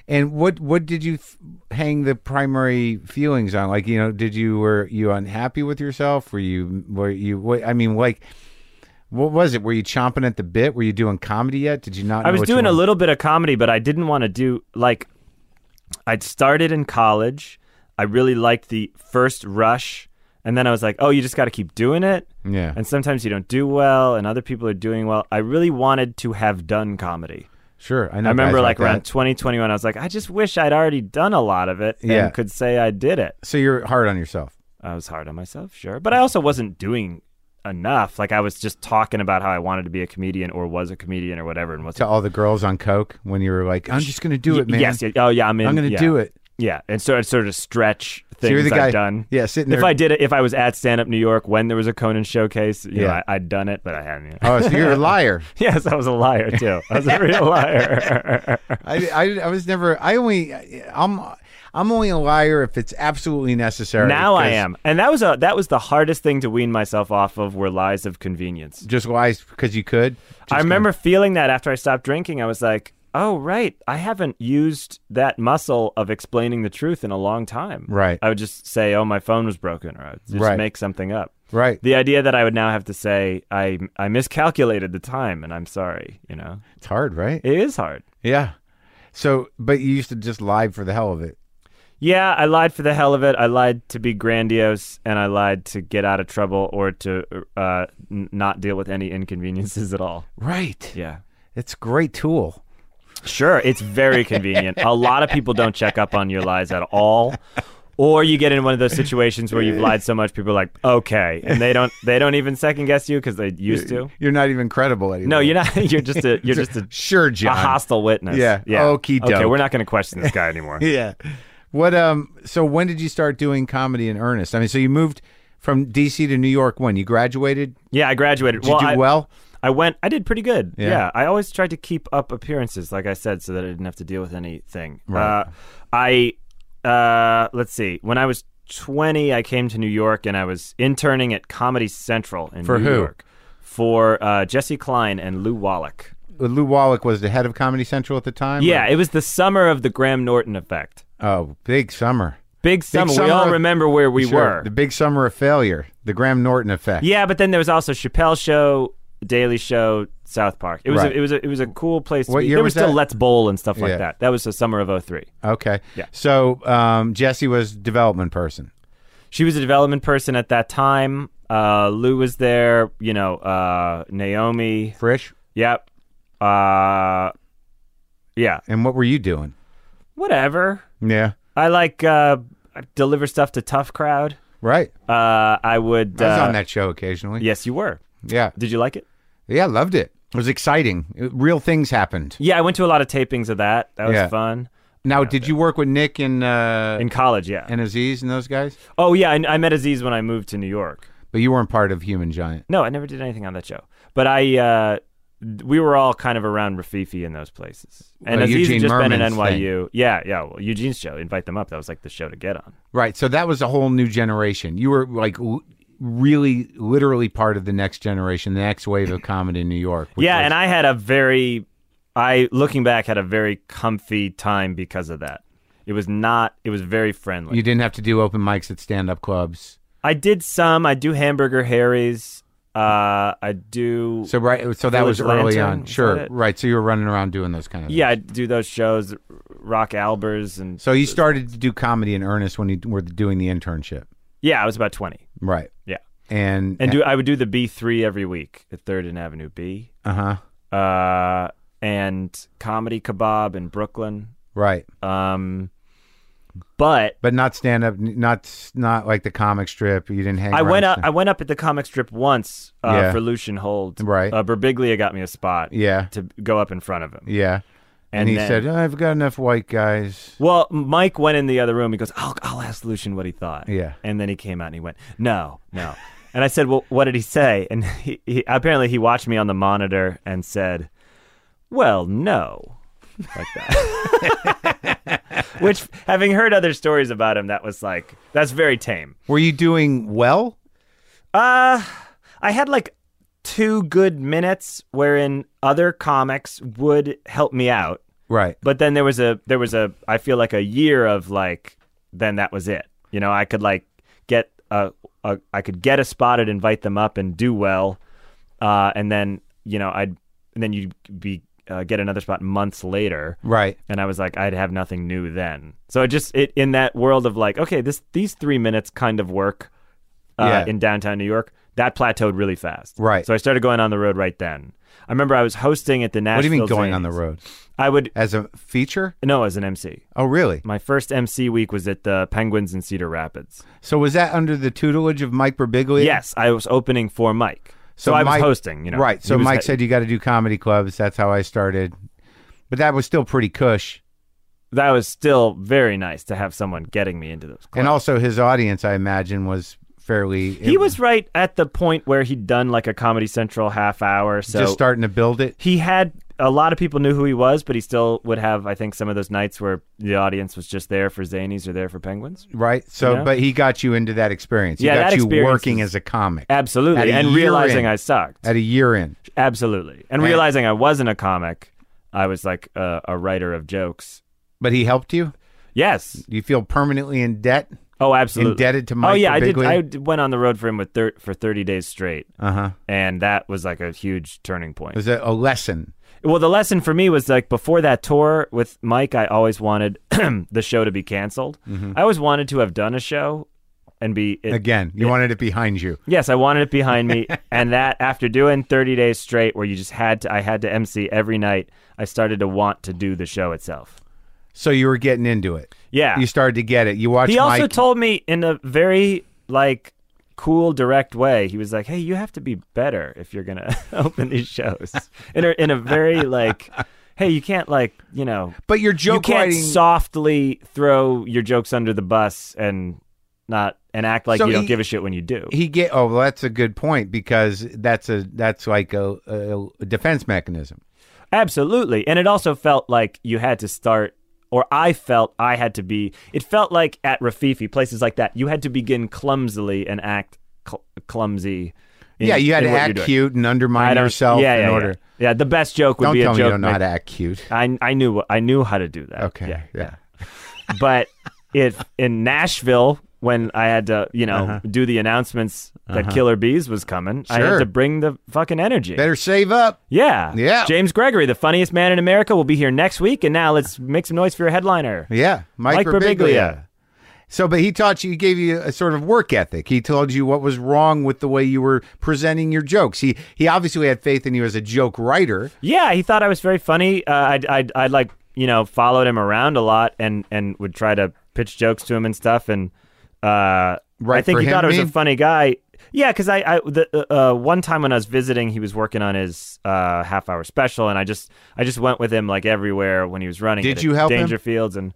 And what what did you f- hang the primary feelings on? Like, you know, did you were you unhappy with yourself? Were you were you? What, I mean, like, what was it? Were you chomping at the bit? Were you doing comedy yet? Did you not?
I
know
was
what you
doing a
wanted-
little bit of comedy, but I didn't want to do like I'd started in college. I really liked the first rush, and then I was like, "Oh, you just got to keep doing it."
Yeah.
And sometimes you don't do well, and other people are doing well. I really wanted to have done comedy.
Sure, I know.
I remember
guys
like around
that.
2021, I was like, "I just wish I'd already done a lot of it
Yeah.
and could say I did it."
So you're hard on yourself.
I was hard on myself, sure, but I also wasn't doing enough. Like I was just talking about how I wanted to be a comedian or was a comedian or whatever, and wasn't.
to all the girls on coke when you were like, "I'm just gonna do it, man.
Yes. Yeah, oh, yeah. I'm in.
I'm gonna
yeah.
do it."
Yeah, and sort of sort of stretch
So
things
you're the guy.
I've done.
Yeah, sitting there.
If I did it, if I was at Stand Up New York when there was a Conan showcase, you know,
Yeah.
I, I'd done it, but I hadn't. Yet.
oh, so you're a liar.
yes, I was a liar too. I was a real liar.
I, I, I was never. I only. I'm. I'm only a liar if it's absolutely necessary.
now I
'cause
am, and that was a that was the hardest thing to wean myself off of were lies of convenience.
Just lies because you could. Just
I remember feeling that after I stopped drinking, I was like, "Oh right, I haven't used that muscle of explaining the truth in a long time."
Right.
I would just say, "Oh, my phone was broken," or I would just
Right.
make something up.
Right.
The idea that I would now have to say, "I I miscalculated the time and I'm sorry," you know,
It's hard, right?
it is hard.
yeah. So, but you used to just lie for the hell of it.
Yeah, I lied for the hell of it. I lied to be grandiose, and I lied to get out of trouble or to uh, n- not deal with any inconveniences at all.
Right.
Yeah.
It's a great tool.
Sure, it's very convenient. a lot of people don't check up on your lies at all. Or you get in one of those situations where you've lied so much people are like, "Okay." And they don't they don't even second guess you cuz they used to.
You're not even credible anymore.
No, you're not you're just a you're just a,
Sure,
a
John.
hostile witness.
Yeah,
Okay,
okey doke.
we're not going to question this guy anymore.
yeah. What um so when did you start doing comedy in earnest? I mean, so you moved from DC to New York when you graduated?
yeah, I graduated.
Did you do
I,
well?
I went I did pretty good.
Yeah.
Yeah. I always tried to keep up appearances like I said so that I didn't have to deal with anything.
Right.
Uh, I uh, let's see. When I was 20 I came to New York and I was interning at Comedy Central in
For
New
who?
York for uh, Jesse Klein and Lou Wallach.
Lou Wallach was the head of Comedy Central at the time?
Yeah, it was the summer of the Graham Norton effect.
Oh, big summer.
Big summer. we
summer
all
of-
remember where we
Sure,
were.
The big summer of failure, the Graham Norton effect.
Yeah, but then there was also Chappelle Show, Daily Show, South Park. It was
Right.
a, it was a, it was a cool place. To
What
be.
year
there
was
was, still
that?
Let's Bowl and stuff like
Yeah.
that. That was the summer of 03.
Okay.
Yeah.
So um, Jesse was development person.
She was a development person at that time. Uh, Lou was there. You know, uh, Naomi.
Frisch.
Yep. Uh, yeah.
And what were you doing?
Whatever.
Yeah.
I like uh, deliver stuff to tough crowd.
Right.
Uh, I would.
I was
uh,
on that show occasionally.
Yes, you were.
Yeah.
Did you like it?
Yeah, loved it. It was exciting. It- Real things happened.
Yeah, I went to a lot of tapings of that. That was
Yeah.
fun.
Now, did you work with Nick and uh,
In college, yeah.
and Aziz and those guys?
Oh yeah, I, I met Aziz when I moved to New York.
But you weren't part of Human Giant.
No, I never did anything on that show. But I, uh, we were all kind of around Rafifi in those places. And
Uh,
Aziz
Eugene
had just been at
Merman's
NYU. Yeah, yeah. Well, Eugene's show, invite them up. That was like the show to get on.
Right. So that was a whole new generation. You were like l- really, literally part of the next generation, the next wave of comedy in New York. which
yeah,
was-
and I had a very, I looking back had a very comfy time because of that. It was not. It was very friendly.
you didn't have to do open mics at stand up clubs.
I did some. I do Hamburger Harry's. Uh, I do.
So right, so that
Village
was early
Lantern,
on.
is
Sure,
that it?
right. So you were running around doing those kind of.
yeah, I do those shows, Rock Albers, and
So you started to do comedy in earnest when you were doing the internship,
yeah, I was about twenty.
right?
Yeah,
And
and do I would do the B three every week at Third and Avenue B,
uh huh,
uh, and Comedy Kebab in Brooklyn.
right.
Um, but
But not stand up, not not like the comic strip. You didn't hang.
I
around
went up.
sta-
I went up at the comic strip once uh,
Yeah.
for Lucian Hold.
Right.
Uh, Berbiglia got me a spot.
Yeah.
To go up in front of him.
yeah, and, he
then-
said, "Oh, "I've got enough white guys."
"Well, Mike went in the other room. He goes, I'll, I'll ask Lucian what he thought."
Yeah.
And then he came out and he went, "No, no." and I said, "Well, what did he say?" And he, he apparently he watched me on the monitor and said, "Well, no." Like that. Which, having heard other stories about him, that was like that's very tame.
Were you doing well?
Uh, I had like two good minutes wherein other comics would help me out,
Right.
but then there was a there was a I feel like a year of like then that was it. You know, I could like get a, a I could get a spot and invite them up and do well, uh, and then you know I'd and then you'd be uh, get another spot months later,
Right.
and I was like, I'd have nothing new then. So it just it in that world of like, okay, this these three minutes kind of work uh,
Yeah.
in downtown New York. That plateaued really fast,
Right.
So I started going on the road right then. I remember I was hosting at the
What do
Nashville.
you mean going on the
Zanies.
road
I would
as a feature?
no as an MC.
Oh, really?
My first MC week was at the Penguins in Cedar Rapids.
So was that under the tutelage of Mike Birbiglia?
Yes, I was opening for Mike, so, I was
Mike-
hosting. You know,
right?
He
So
was
Mike
he-
said you got to do comedy clubs. That's how I started, but that was still pretty cush.
that was still very nice to have someone getting me into those. Clubs.
And also, his audience, I imagine, was fairly.
He was right at the point where he'd done like a Comedy Central half hour. So
just starting to build it.
he had a lot of people knew who he was, but he still would have, I think, some of those nights where the audience was just there for Zanies or there for Penguins.
Right. So,
Yeah.
but he got you into that experience. He
Yeah,
got
that
you
experience
working
is-
as a comic At
Absolutely,
a
and
year
realizing
in.
I sucked.
at a year in.
Absolutely, and
At-
realizing I wasn't a comic, I was like a, a writer of jokes.
But he helped you.
Yes.
Do you feel permanently in debt?
Oh, absolutely.
Indebted to
Oh
Mike
yeah, I did.
Birbiglia?
I d- went on the road for him with thir- for thirty days straight,
Uh huh.
and that was like a huge turning point.
Was it a lesson?
Well, the lesson for me was like before that tour with Mike, I always wanted the show to be canceled.
Mm-hmm.
I always wanted to have done a show and be it,
Again, you wanted it behind you.
Yes, I wanted it behind me, and that after doing 30 days straight, where you just had to, I had to MC every night. I started to want to do the show itself.
So you were getting into it.
Yeah,
You started to get it. You watched
he also
Mike.
told me in a very like cool, direct way. He was like, "Hey, you have to be better if you're gonna open these shows." in a, in a very like, "Hey, you can't like you know."
but your
you
joke
can't
writing.
softly throw your jokes under the bus and not and act like
So
you don't
he-
give a shit when you do.
he get oh well, that's a good point because that's a that's like a, a, a defense mechanism
Absolutely. And it also felt like you had to start or I felt I had to be it felt like at Rafifi places like that you had to begin clumsily and act cl- clumsy. in-
yeah you had
in
to
what you're
act
doing.
cute and
I
undermine
don't-
yourself
yeah,
in
yeah,
order
Yeah. yeah, the best joke would
don't
be
tell
a
me you
joke
don't know how
made-
to act cute
I I knew I knew how to do that.
okay yeah,
but it in Nashville when I had to, you know, do the announcements that Killer Bees was coming, I had
Uh-huh. Sure.
to bring the fucking energy.
better save up
yeah.
Yeah.
James Gregory, the funniest man in America, will be here next week and now let's make some noise for your headliner.
yeah mike,
Mike Birbiglia.
so but he taught you he gave you a sort of work ethic he told you what was wrong with the way you were presenting your jokes he he obviously had faith in you as a joke writer
Yeah, he thought I was very funny. Uh, I'd, I'd, I'd like, you know, followed him around a lot and, and would try to pitch jokes to him and stuff. And uh, I
Right,
think
for
he
him,
thought I was a
mean?
funny guy. Yeah, because I, I the, uh, uh, one time when I was visiting, he was working on his uh, half hour special, and I just I just went with him like everywhere when he was running.
Did
it at
you help him?
Dangerfields and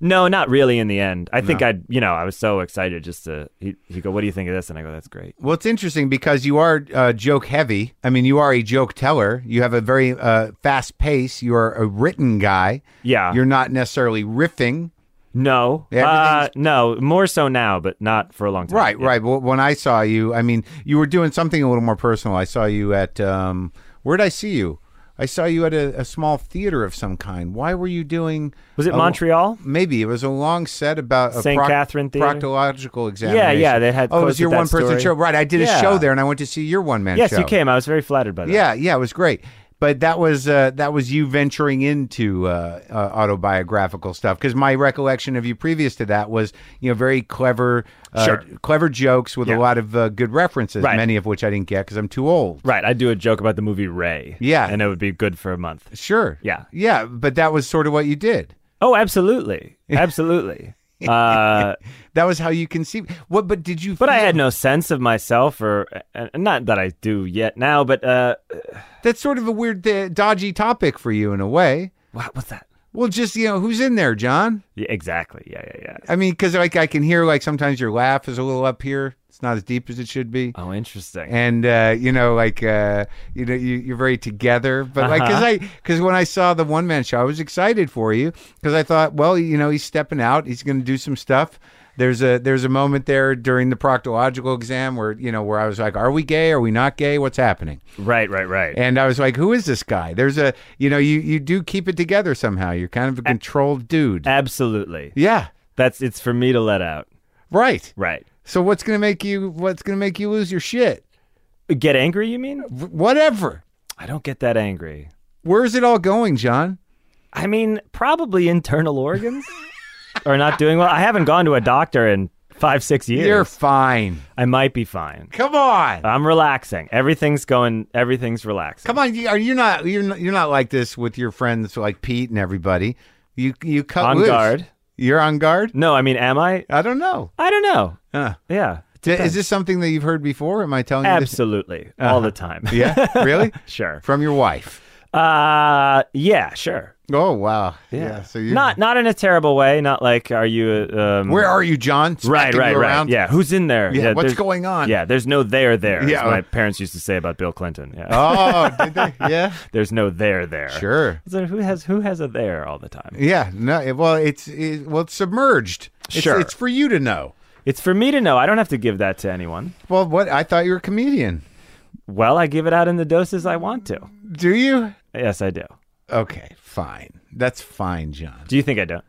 no, not really. In the end, I think I you know I was so excited just to he he go, what do you think of this? And I go, that's great.
well it's interesting because you are uh, joke heavy i mean you are a joke teller you have a very uh, fast pace you are a written guy
Yeah,
you're not necessarily riffing
no, uh,
Everything's-
no, more so now, but not for a long time.
Right,
Yeah.
right. Well, when I saw you, I mean, you were doing something a little more personal. I saw you at um, where did I see you? I saw you at a, a small theater of some kind. Why were you doing?
Was it
a-
Montreal?
Maybe it was a long set about a
St.
proc-
Catherine Theater?
proctological examination.
yeah, they had
Oh, it was
posted
your
that
one person
story.
show, right? I did a
Yeah.
show there, and I went to see your one man.
Yes,
show.
you came. I was very flattered by that.
Yeah, yeah, it was great. But that was uh, that was you venturing into uh, uh, autobiographical stuff because my recollection of you previous to that was you know very clever, uh,
Sure.
clever jokes with a
Yeah.
lot of uh, good references,
Right.
many of which I didn't get because I'm too old.
Right. I'd do a joke about the movie Ray.
Yeah.
And it would be good for a month.
Sure.
Yeah.
Yeah, but that was sort of what you did.
Oh, absolutely. Absolutely. uh,
That was how you conceived. What? But did you?
but I
feel-
had no sense of myself, or uh, not that I do yet now, but uh,
That's sort of a weird, uh, dodgy topic for you in a way.
what was that?
Well, just you know, who's in there, John?
Yeah, exactly. Yeah, yeah, yeah.
I mean, because like I can hear like sometimes your laugh is a little up here. It's not as deep as it should be.
Oh, interesting.
and uh, you know, like uh, you know, you, you're very together. But like 'cause like, because I, because when I saw the one man show, I was excited for you because I thought, well, you know, he's stepping out, he's going to do some stuff. There's a there's a moment there during the proctological exam where you know where I was like, are we gay? Are we not gay? What's happening?
Right, right, right.
And I was like, who is this guy? There's a you know you you do keep it together somehow. You're kind of a controlled dude.
Absolutely.
yeah,
That's it's for me to let out.
right.
Right.
So what's gonna make you what's gonna make you lose your shit?
Get angry, you mean?
Wh- Whatever.
I don't get that angry.
Where's it all going, John?
I mean, probably internal organs are not doing well. I haven't gone to a doctor in five, six years.
You're fine.
I might be fine.
Come on.
I'm relaxing. Everything's going. Everything's relaxing.
Come on. You, are you not? You're not, you're not like this with your friends like Pete and everybody. You you cut
On
loose.
guard.
You're on guard.
No, I mean, am I?
I don't know.
I don't know.
Uh,
Yeah,
d- is this something that you've heard before? Am I telling
absolutely, all the time.
you? This? Yeah. Really?
sure.
From your wife.
Uh, yeah, sure.
Oh wow. Yeah. so you
Not not in a terrible way. Not like, are you? uh, Um,
Where are you, John?
Right,
Smacking
right,
you
right.
around?
Yeah, who's in there?
Yeah, what's
there's-
going on?
Yeah, there's no there there.
Yeah.
Yeah, my parents used to say about Bill Clinton. Yeah,
Oh, did they? yeah.
there's no there there.
Sure.
So who has who has a there all the time?
Yeah. No. it- well, it's it, well, it's submerged. It's,
Sure.
It's for you to know.
It's for me to know. I don't have to give that to anyone.
Well, what I thought you were a comedian.
Well, I give it out in the doses I want to.
Do you?
Yes, I do.
Okay, fine. That's fine, John.
Do you think I don't?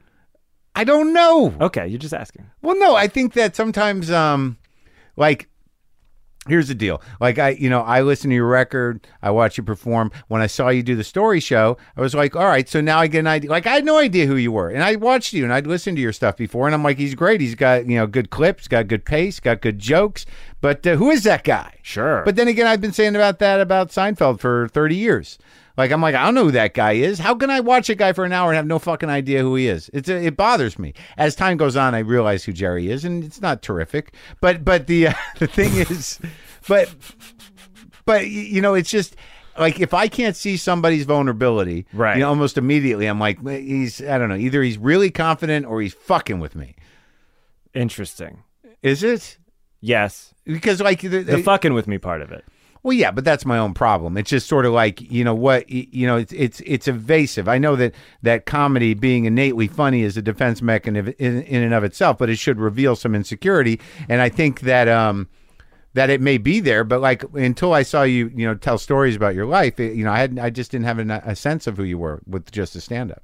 I don't know.
Okay, you're just asking.
Well, no, I think that sometimes, um, like, here's the deal. Like, I, you know, I listen to your record, I watch you perform. When I saw you do the story show, I was like, all right, so now I get an idea. Like, I had no idea who you were, and I watched you and I'd listened to your stuff before, and I'm like, he's great. He's got you know good clips, got good pace, got good jokes. But uh, who is that guy?
Sure.
But then again, I've been saying about that about Seinfeld for 30 years. Like I'm like I don't know who that guy is. How can I watch a guy for an hour and have no fucking idea who he is? It's it bothers me. As time goes on, I realize who Jerry is, and it's not terrific. But but the uh, the thing is, but but y- you know it's just like if I can't see somebody's vulnerability,
Right.
You know, almost immediately I'm like he's I don't know either he's really confident or he's fucking with me.
Interesting.
Is it?
Yes,
Because like the,
the fucking with me part of it.
Well, yeah, but that's my own problem. It's just sort of like you know what y- you know. It's it's it's evasive. I know that that comedy being innately funny is a defense mechanism in, in and of itself, but it should reveal some insecurity. And I think that um that it may be there, but like until I saw you, you know, tell stories about your life, it, you know, I had I just didn't have an, a sense of who you were with just the stand up.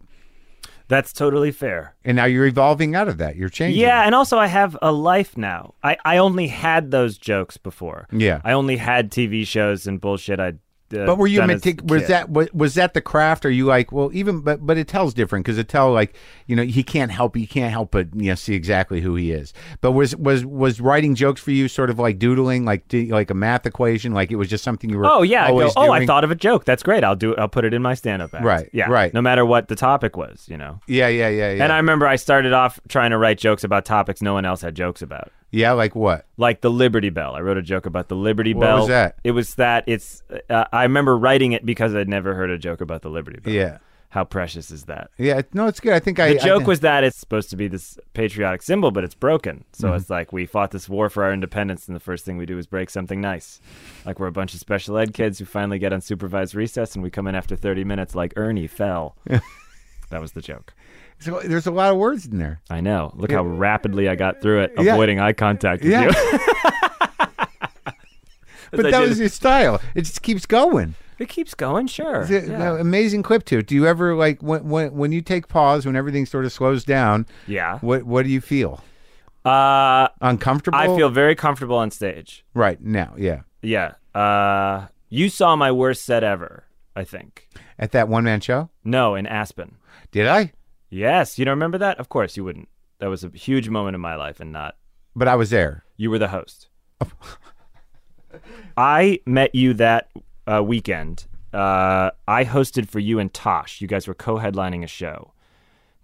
That's totally fair.
And now you're evolving out of that. You're changing.
Yeah, and also I have a life now. I, I only had those jokes before.
Yeah.
I only had TV shows and bullshit. I. Uh,
But were you
done as a
metic- was
kid.
that was, was that the craft? Are you like well even but but it tells different because it tell like you know he can't help he can't help but you know see exactly who he is. But was was was writing jokes for you sort of like doodling like do, like a math equation like it was just something you were
Oh yeah, I go,
always
oh I
doing?"
thought of a joke. That's great. I'll do it. I'll put it in my stand-up act.
Right,
Yeah.
right.
No matter what the topic was, you know.
yeah yeah yeah yeah
And I remember I started off trying to write jokes about topics no one else had jokes about.
yeah like what
Like the Liberty Bell. I wrote a joke about the Liberty
What
Bell.
was that?
It was that it's uh, I remember writing it because I'd never heard a joke about the Liberty Bell.
yeah
How precious is that?
yeah no it's good I think I
The joke
I,
was that it's supposed to be this patriotic symbol, but it's broken. So
Mm-hmm.
it's like we fought this war for our independence, and the first thing we do is break something nice. Like we're a bunch of special ed kids who finally get unsupervised recess, and we come in after 30 minutes like Ernie fell. that was the joke.
so there's a lot of words in there
I know. Look how rapidly I got through it,
Yeah.
avoiding eye contact with
Yeah.
you.
but
I
that
did-
was your style it just keeps going
It keeps going, sure.
It's a-
yeah.
no, amazing clip to it. Do you ever like when when when you take pause when everything sort of slows down?
Yeah.
What what do you feel?
Uh,
Uncomfortable?
I feel very comfortable on stage.
right now. Yeah,
Yeah. Uh, you saw my worst set ever, I think.
at that one man show.
No, in Aspen.
Did I?
Yes. You don't remember that? Of course you wouldn't. That was a huge moment in my life and not.
But I was there.
You were the host. I met you that uh, weekend. Uh, I hosted for you and Tosh. You guys were co headlining a show.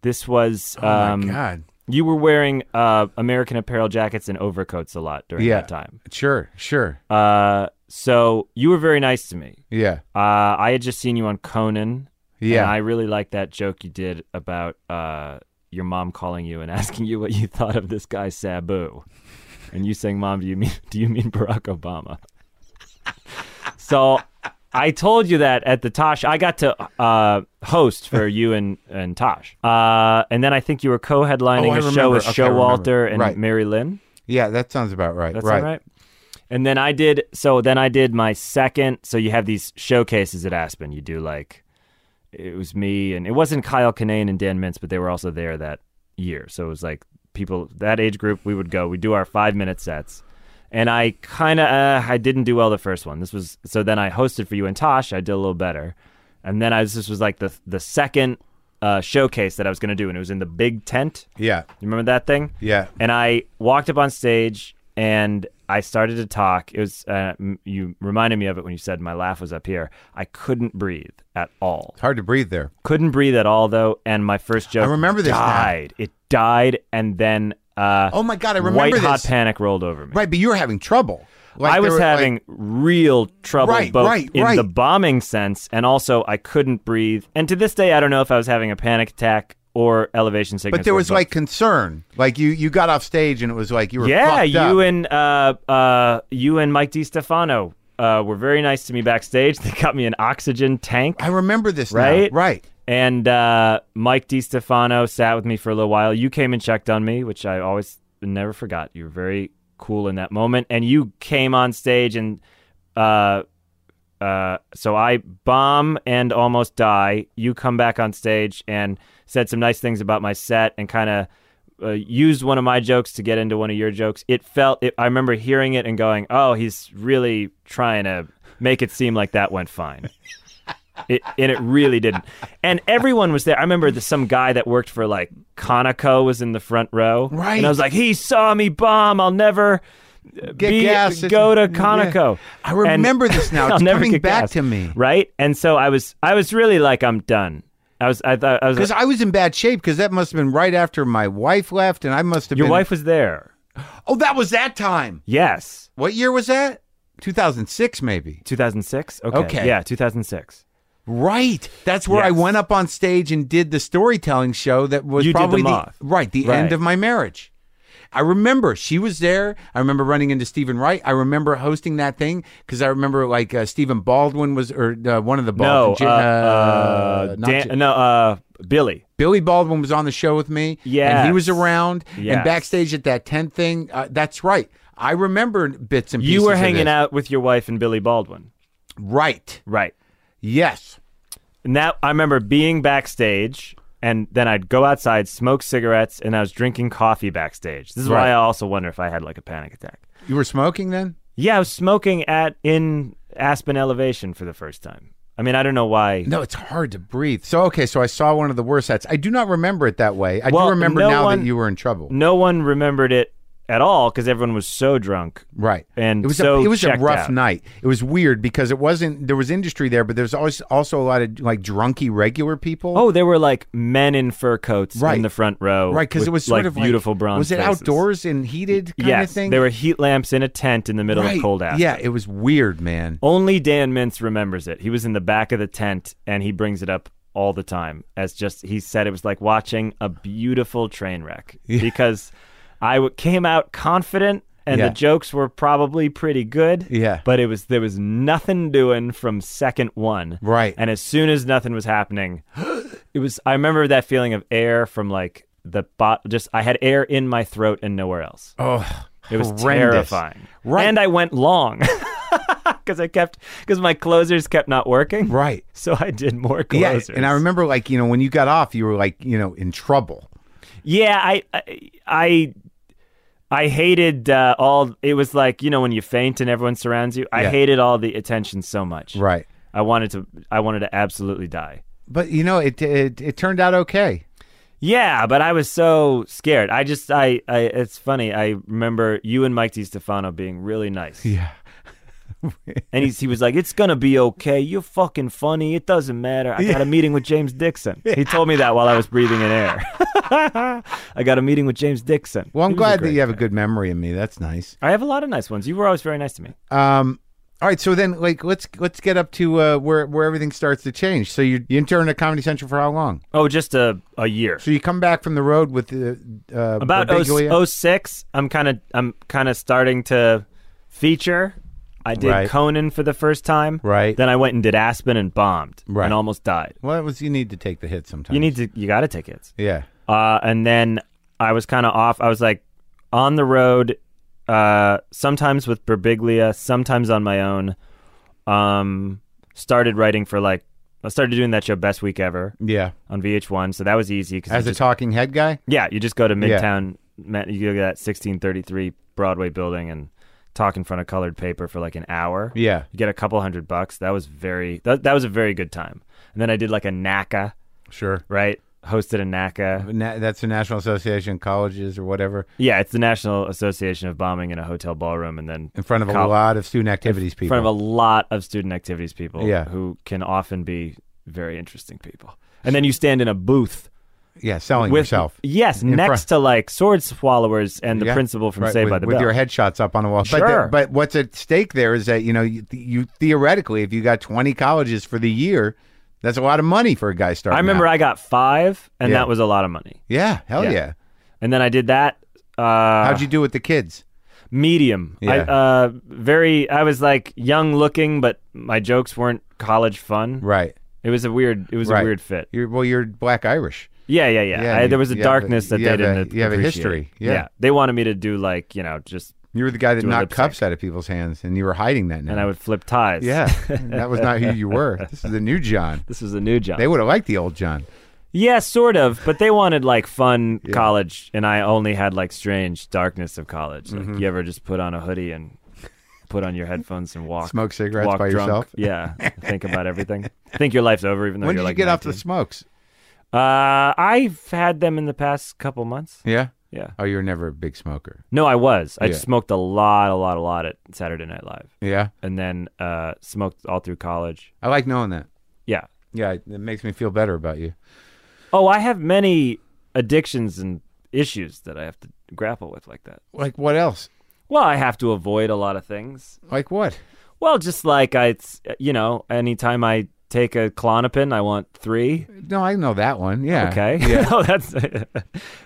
This was. Um,
Oh God.
You were wearing uh, American Apparel jackets and overcoats a lot during
Yeah.
that time.
Sure. Sure.
Uh, so you were very nice to me.
yeah.
Uh, I had just seen you on Conan.
Yeah.
And I really liked that joke you did about uh, your mom calling you and asking you what you thought of this guy Sabu, and you saying, "Mom, do you mean do you mean Barack Obama?" so I told you that at the Tosh. I got to uh, host for you and and Tosh, uh, and then I think you were co-headlining
Oh, I
a show with
remember. Okay, I remember.
Showalter and
Right.
Mary Lynn.
Yeah. That sounds about right.
That's
right.
right. right. And then I did. So then I did my second. So you have these showcases at Aspen. You do like it was me, and it wasn't Kyle Kinane and Dan Mintz, but they were also there that year. So it was like people that age group. We would go. We do our five minute sets. And I kind of uh, I didn't do well the first one. This was so then I hosted for you and Tosh. I did a little better, and then I was, this was like the the second uh, showcase that I was going to do, and it was in the big tent.
Yeah.
You remember that thing?
Yeah.
And I walked up on stage and I started to talk. It was uh, m- you reminded me of it when you said my laugh was up here. I couldn't breathe at all.
Hard to breathe there.
Couldn't breathe at all though. And my first joke
I remember this now.
died. It died, and then uh,
Oh my God, I remember
white hot
this.
panic rolled over me.
Right. But you were having trouble. Like,
I
there
was
were, like-
having real trouble
Right,
both
right,
in
right.
the bombing sense and also I couldn't breathe. And to this day, I don't know if I was having a panic attack or elevation sickness.
but there
or
was
both.
like concern. Like you you got off stage and it was like you were
yeah,
fucked up.
you and uh, uh, you and Mike DiStefano uh, were very nice to me backstage. They got me an oxygen tank,
I remember this. now.
Right?
Right.
and uh, Mike DiStefano sat with me for a little while. You came and checked on me, which I always never forgot. You were very cool in that moment, and you came on stage and. Uh, uh, so I bomb and almost die. You come back on stage and said some nice things about my set and kind of uh, used one of my jokes to get into one of your jokes. It felt, it, I remember hearing it and going, oh, he's really trying to make it seem like that went fine. It, and it really didn't. And everyone was there. I remember the, some guy that worked for like Conoco was in the front row.
Right.
And I was like, he saw me bomb. I'll never get be,
gas.
Go to
Yeah.
Conoco.
I remember this now.
I'll
It's
never
coming
get
back
gas.
to me.
Right? And so I was I was really like I'm done. I was I thought I was
Because
like,
I was in bad shape because that must have been right after my wife left and I must have
your
been
wife was there.
Oh, that was that time.
Yes.
What year was that? 2006 maybe.
2006. Okay.
Okay.
Yeah, 2006.
Right. That's where I
Yes.
went up on stage and did the storytelling show that was
You did
probably
The Moth.
right, the
Right.
end of my marriage. I remember she was there. I remember running into Stephen Wright. I remember hosting that thing because I remember like uh, Stephen Baldwin was or uh, one of the
No,
Baldwin
uh, uh,
not
Dan-
Ja-
no, uh, Billy.
Billy Baldwin was on the show with me.
Yes.
And he was around.
Yes.
And backstage at that tent thing. Uh, that's right. I remember bits and pieces.
You were
of
hanging
this.
out with your wife and Billy Baldwin.
Right.
Right.
Yes.
And that I remember being backstage, and then I'd go outside, smoke cigarettes, and I was drinking coffee backstage. This is why
Right.
I also wonder if I had like a panic attack.
You were smoking then?
Yeah, I was smoking at in Aspen Elevation for the first time. I mean, I don't know why.
No, it's hard to breathe. So, okay. So I saw one of the worst hats. I do not remember it that way. I
Well,
do remember
no
now
one-
that you were in trouble.
No one remembered it at all because everyone was so drunk.
Right.
And
it was
so
a, it was a
checked
rough
out.
night. It was weird because it wasn't there was industry there, but there's always also a lot of like drunky regular people.
Oh, there were like men in fur coats in
Right.
the front row.
right, because
with,
it was sort
like
of
beautiful bronze.
Was it
faces.
outdoors and heated kind
yes,
of thing?
there were heat lamps in a tent in the middle
Right.
of cold Aspen.
Yeah, it was weird, man.
Only Dan Mintz remembers it. He was in the back of the tent and he brings it up all the time as just he said it was like watching a beautiful train wreck because I w- came out confident and
Yeah.
the jokes were probably pretty good.
Yeah.
But it was there was nothing doing from second one.
Right.
And as soon as nothing was happening, it was I remember that feeling of air from like the bot just I had air in my throat and nowhere else.
Oh,
It was
horrendous.
terrifying.
Right.
And I went long. because I kept because my closers kept not working.
Right.
So I did more
Yeah,
closers.
and I remember like you know when you got off, you were like you know in trouble.
Yeah, I I I, I hated uh, all. It was like you know when you faint and everyone surrounds you. I
Yeah.
hated all the attention so much.
Right.
I wanted to. I wanted to absolutely die.
But you know it it, it turned out okay.
Yeah, but I was so scared. I just, I, I, it's funny. I remember you and Mike DiStefano being really nice.
Yeah.
And he's, he was like, it's going to be okay. You're fucking funny. It doesn't matter. I got a meeting with James Dixon. He told me that while I was breathing in air. I got a meeting with James Dixon.
Well, I'm
He was a
glad that
great
you have
guy.
a good memory of me. That's nice.
I have a lot of nice ones. You were always very nice to me.
Um, all right, so then like let's let's get up to uh, where where everything starts to change. So you you interned at Comedy Central for how long?
Oh, just a, a year.
So you come back from the road with the uh,
About
Barbiglione?
0- 06, I'm kind of, I'm kind of starting to feature. I did
Right.
Conan for the first time.
Right.
Then I went and did Aspen and bombed
Right.
and almost died.
Well, it was you need to take the hit sometimes.
You need to, you got to take hits.
yeah.
Uh, and then I was kind of off. I was like on the road, uh, sometimes with Berbiglia, sometimes on my own. Um, started writing for like, I started doing that show Best Week Ever
Yeah.
on VH1. So that was easy. Cause you
As a
just-
talking head guy?
yeah, you just go to
Yeah.
Midtown, Ma- you go to that 1633 Broadway building and talk in front of colored paper for like an hour.
Yeah.
You get a couple hundred bucks. That was very, that, that was a very good time. And then I did like a NACA,
Sure.
right? Hosted a NACA.
Na- that's the National Association of Colleges or whatever
Yeah, it's the National Association of Bombing in a Hotel Ballroom, and then
in front of a
Col-
lot of student activities
in
people.
front of a lot of student activities people
Yeah.
who can often be very interesting people. And then you stand in a booth
yeah, selling
with
yourself.
Yes,
In
next
front-
to like sword swallowers and the
Yeah.
principal from
Right,
Saved
with,
by the
with
Bell.
your headshots up on the wall. But,
Sure.
but what's at stake there is that you know you, you theoretically, if you got twenty colleges for the year, that's a lot of money for a guy starting.
I remember
out.
I got five, and
Yeah.
that was a lot of money.
yeah, hell yeah.
Yeah. And then I did that. Uh,
How'd you do with the kids?
medium. I,
Yeah.
uh, very. I was like young looking, but my jokes weren't college fun.
Right,
It was a weird. It was
right.
a weird fit.
You're well, you're Black Irish.
Yeah, yeah, yeah.
Yeah,
I,
you-
there was a
you have a-
darkness that
you
they
have a-
didn't.
you have a
appreciate.
history, yeah.
they wanted me to do like you know just,
You were the guy that
Do a
knocked
lip sync.
cups out of people's hands, and you were hiding that now.
and I would flip ties.
yeah, that was not who you were. This is the new John.
this was a new job.
They would have liked the old John.
yeah, sort of, but they wanted like fun college, and I only had like strange darkness of college. Like
Mm-hmm.
you ever just put on a hoodie and put on your headphones and walk,
Smoke cigarettes
walk
by
drunk.
yourself?
Yeah, think about everything. Think your life's over, even though
when did
you're
you
like.
get off the
19.
smokes?
Uh, I've had them in the past couple months.
Yeah.
Yeah.
Oh, you were never a big smoker.
No, I was. I
Yeah.
smoked a lot, a lot, a lot at Saturday Night Live.
Yeah.
and then uh, smoked all through college.
I like knowing that.
Yeah.
Yeah, it it makes me feel better about you.
Oh, I have many addictions and issues that I have to grapple with like that.
Like what else?
Well, I have to avoid a lot of things.
Like what?
Well, just like I, it's, you know, anytime I take a clonopin, I want three.
No, I know that one. Yeah.
Okay. Yeah. oh, that's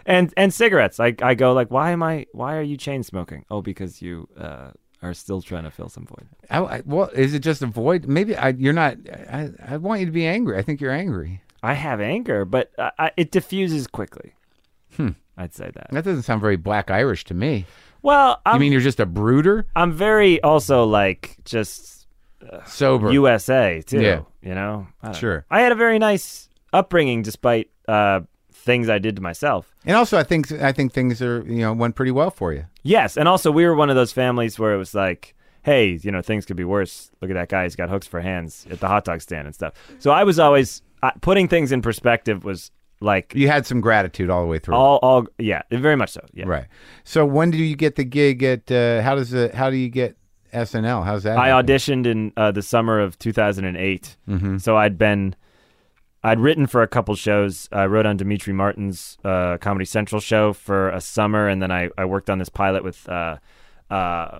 and and cigarettes. I I go like, why am I? Why are you chain smoking? Oh, because you. Uh, are still trying to fill some void.
I, I, well, is it just avoid? Maybe I, you're not. I, I want you to be angry. I think you're angry.
I have anger, but uh, I, it diffuses quickly. Hmm. I'd say that.
That doesn't sound very black Irish to me.
Well,
You
I'm
mean you're just a brooder?
I'm very also like just
Sober.
USA too.
Yeah.
You know? I don't
Sure.
know. I had a very nice upbringing despite uh, things I did to myself.
and also, I think I think things are you know went pretty well for you.
Yes. And also, we were one of those families where it was like, hey, you know, things could be worse. Look at that guy. He's got hooks for hands at the hot dog stand and stuff. So I was always uh, putting things in perspective was like
You had some gratitude all the way through.
all, all, yeah, very much so. Yeah.
Right. So when do you get the gig at? Uh, how does the? How do you get SNL? How's that?
I
happen?
auditioned in uh, the summer of 2008. So I'd been, I'd written for a couple shows. I wrote on Dimitri Martin's uh, Comedy Central show for a summer, and then I, I worked on this pilot with uh, uh,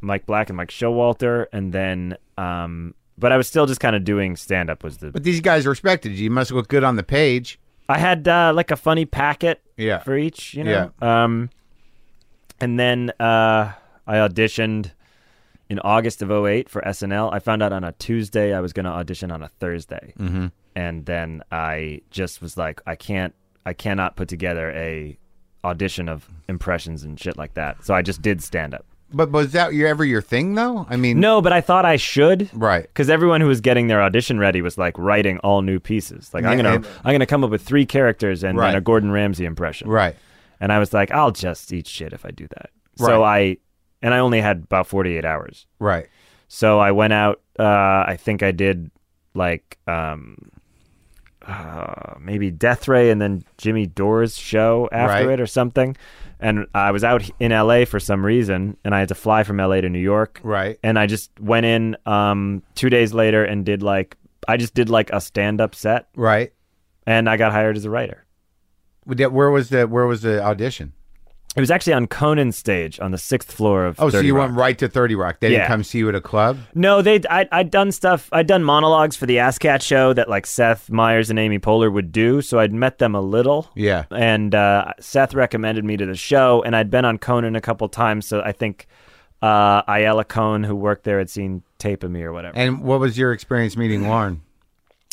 Mike Black and Mike Showalter, and then, um, but I was still just kind of doing stand up. Was the
But these guys respected you. You must look good on the page.
I had uh, like a funny packet
Yeah.
for each, you know. Um, and then uh, I auditioned in August of 08 for SNL. I found out on a Tuesday I was going to audition on a Thursday, mm-hmm. and then I just was like, I can't, I cannot put together a audition of impressions and shit like that. So I just did stand up.
But was that your ever your thing though? I mean,
No, but I thought I should.
Right.
Because everyone who was getting their audition ready was like writing all new pieces. Like I'm
Yeah,
gonna
and-
I'm gonna come up with three characters and
Right.
then a Gordon Ramsay impression.
Right.
And I was like, I'll just eat shit if I do that. So I and I only had about 48 hours.
Right.
So I went out. Uh, I think I did like um, uh, maybe Death Ray and then Jimmy Dore's show after
Right.
it or something. And I was out in LA for some reason, and I had to fly from LA to New York.
Right.
And I just went in um, two days later and did like I just did like a stand up set,
Right.
and I got hired as a writer.
Would that- Where was the Where was the audition?
It was actually on Conan's stage on the sixth floor of.
Oh, so
30
you
Rock.
went right to Thirty Rock. They didn't
Yeah.
come see you at a club.
No, they. I, I'd done stuff. I'd done monologues for the ASCAT show that like Seth Meyers and Amy Poehler would do. So I'd met them a little.
Yeah.
And uh, Seth recommended me to the show, and I'd been on Conan a couple times. So I think uh, Ayala Cohn, who worked there, had seen tape of me or whatever.
And what was your experience meeting Lauren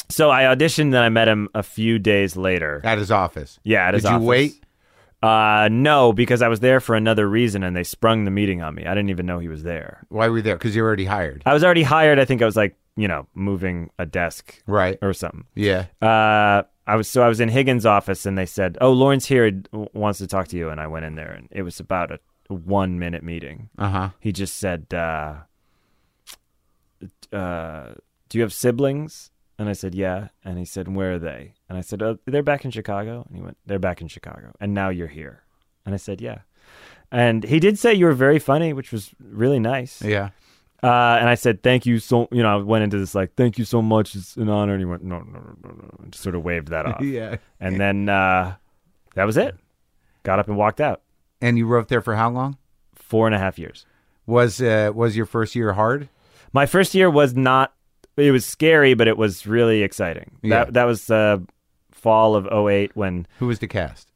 so I auditioned, and I met him a few days later.
at his office?
yeah, at
Did
his
you
office.
wait?
Uh, no, because I was there for another reason, and they sprung the meeting on me. I didn't even know he was there.
Why were you there? Because you were already hired.
I was already hired. I think I was like, you know, moving a desk
Right.
or something.
Yeah.
uh, I was so I was in Higgins' office, and they said, "Oh, Lawrence here w- wants to talk to you." And I went in there, and it was about a one minute meeting.
Uh huh.
He just said, uh, uh, "Do you have siblings?" And I said, "Yeah." And he said, "Where are they?" And I said, oh, "They're back in Chicago." And he went, "They're back in Chicago." And now you're here. And I said, "Yeah." And he did say you were very funny, which was really nice.
Yeah.
Uh, and I said, "Thank you so." You know, I went into this like, "Thank you so much. It's an honor." And he went, "No, no, no, no, no," and just sort of waved that off.
Yeah.
And then uh, that was it. Got up and walked out.
And you wrote there for how long?
Four and a half years.
Was uh, Was your first year hard?
My first year was not. It was scary, but it was really exciting.
Yeah.
That that was uh, fall of 08 when
Who was the cast?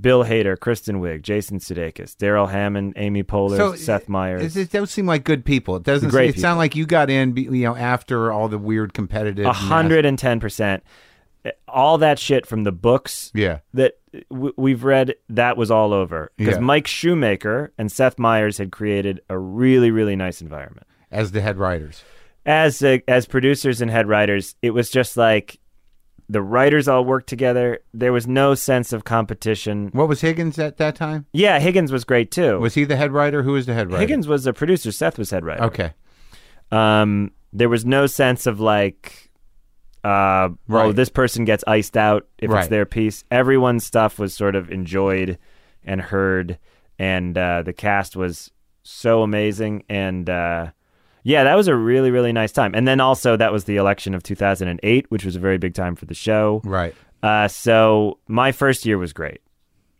Bill Hader, Kristen Wiig, Jason Sudeikis, Daryl Hammond, Amy Poehler, Seth Meyers.
It, it does seem like good people. It doesn't.
Great
it sound like you got in, be- you know, after all the weird competitive.
A
mess.
hundred and ten percent. All that shit from the books
Yeah.
that w- we've read that was all over because
Yeah.
Mike Shoemaker and Seth Meyers had created a really really nice environment
As the head writers.
as uh, as producers and head writers it was just like the writers all worked together there was no sense of competition
What was Higgins at that time?
yeah Higgins was great too
Was he the head writer? Who was the head writer?
Higgins was a producer Seth was head writer
Okay.
um there was no sense of like uh oh
Right.
this person gets iced out if
Right.
it's their piece everyone's stuff was sort of enjoyed and heard and uh the cast was so amazing and uh yeah that was a really really nice time and then also that was the election of 2008 which was a very big time for the show
Right.
uh so my first year was great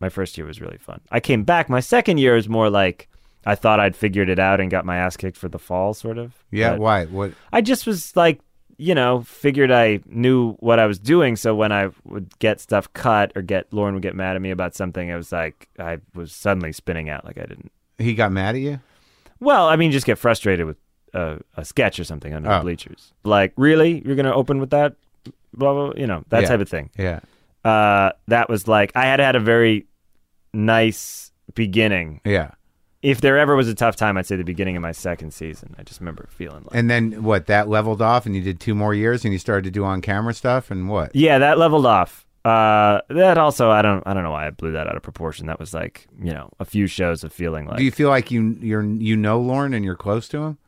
my first year was really fun i came back my second year was more like i thought i'd figured it out and got my ass kicked for the fall sort of
Yeah.
But-
why? What?
I just was like, you know, figured I knew what I was doing. So when I would get stuff cut or get Lauren would get mad at me about something, it was like I was suddenly spinning out like I didn't.
He got mad at you.
Well, I mean, just get frustrated with a, a sketch or something under
Oh.
the bleachers. Like, really, you're gonna open with that? Blah blah. blah, You know, that
Yeah.
type of thing.
Yeah.
Uh, that was like I had had a very nice beginning.
Yeah.
If there ever was a tough time, I'd say the beginning of my second season. I just remember feeling like.
And then what? That leveled off, and you did two more years, and you started to do on camera stuff, and what?
Yeah, that leveled off. Uh, that also, I don't, I don't know why I blew that out of proportion. That was like, you know, a few shows of feeling like
Do you feel like you you're you know Lauren and you're close to him?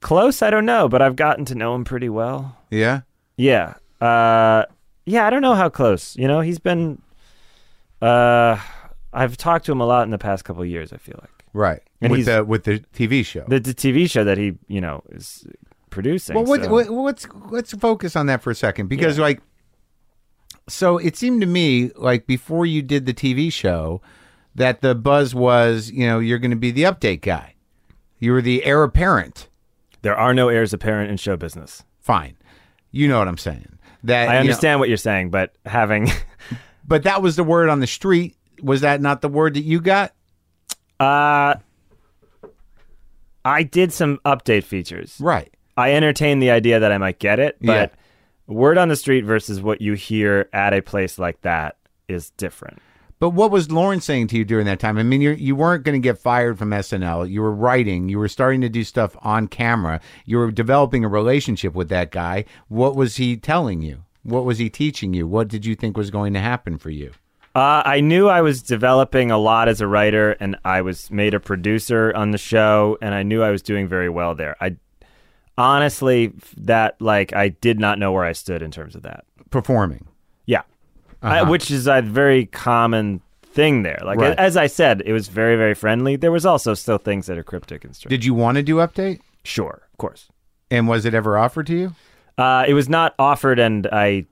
close. I don't know, but I've gotten to know him pretty well.
Yeah.
Yeah, uh, yeah, I don't know how close. You know, he's been. Uh, I've talked to him a lot in the past couple of years. I feel like
Right.
And
with
he's-
the with the TV show.
the, the TV show that he, you know, is producing.
Well, what,
so-
what, let's let's focus on that for a second because like, so it seemed to me like before you did the TV show, that the buzz was you know you're going to be the update guy, you were the heir apparent.
there are no heirs apparent in show business.
Fine, you know what I'm saying. That you
I
know-
understand what you're saying, but having
but that was the word on the street. Was that not the word that you got?
Uh, I did some update features.
Right.
I entertained the idea that I might get it, but
Yeah.
word on the street versus what you hear at a place like that is different.
But what was Lauren saying to you during that time? I mean, you you weren't going to get fired from SNL. You were writing. You were starting to do stuff on camera. You were developing a relationship with that guy. What was he telling you? What was he teaching you? What did you think was going to happen for you?
Uh, I knew I was developing a lot as a writer, and I was made a producer on the show, and I knew I was doing very well there. I honestly f- that like I did not know where I stood in terms of that.
Performing.
Yeah, I- which is a very common thing there. Like
Uh-huh. Right.
as I said, it was very very friendly. There was also still things that are cryptic and strange.
Did you want to do update?
sure, of course.
And was it ever offered to you?
Uh, it was not offered, and I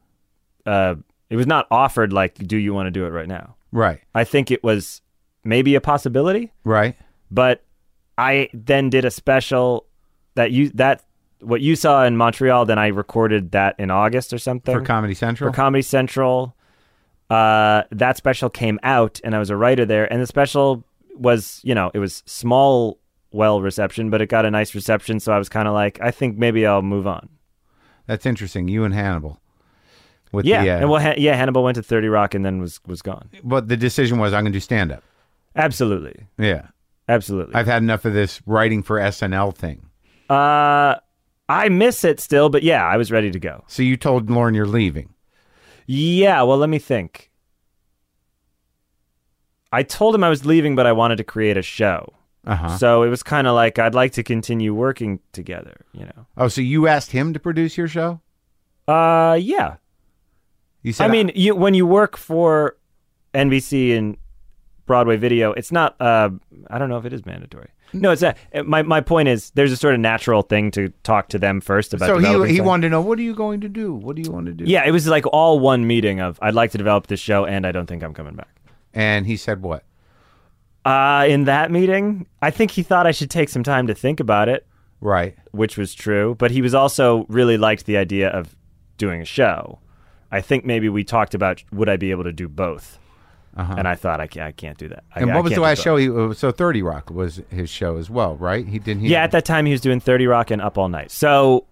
uh, it was not offered. Like, do you want to do it right now?
Right.
I think it was maybe a possibility.
Right.
but I then did a special that you that what you saw in Montreal. Then I recorded that in August or something
For Comedy
for
Central.
Comedy Central. Uh, that special came out, and I was a writer there. And the special was, you know, it was small, well reception, but it got a nice reception. So I was kind of like, I think maybe I'll move on.
That's interesting. You and Hannibal. With
Yeah,
The, uh,
and well, Han- yeah, Hannibal went to Thirty Rock and then was was gone.
but the decision was I'm going to do stand up.
Absolutely,
Yeah.
absolutely.
I've had enough of this writing for SNL thing.
uh, I miss it still, but yeah, I was ready to go.
So you told Lauren you're leaving.
Yeah, well, let me think. I told him I was leaving, but I wanted to create a show.
Uh huh.
So it was kind of like I'd like to continue working together, you know.
Oh, so you asked him to produce your show?
Uh, yeah.
You said
I mean, you when you work for NBC and Broadway Video, it's not. Uh, I don't know if it is mandatory. No, it's not. My my point is, there's a sort of natural thing to talk to them first about.
So
developing
he he
things.
wanted to know what are you going to do? What do you want to do?
Yeah, it was like all one meeting of I'd like to develop this show, and I don't think I'm coming back.
And he said what?
Uh, in that meeting, I think he thought I should take some time to think about it,
Right.
which was true. But he was also really liked the idea of doing a show. I think maybe we talked about would I be able to do both, and I thought I can't, I can't do that. I-
Uh-huh. And
I
what was
can't
the
do
last
both.
show he uh, so 30 Rock was his show as well, right? He didn't he
Yeah, at that time he was doing Thirty Rock and Up All Night, so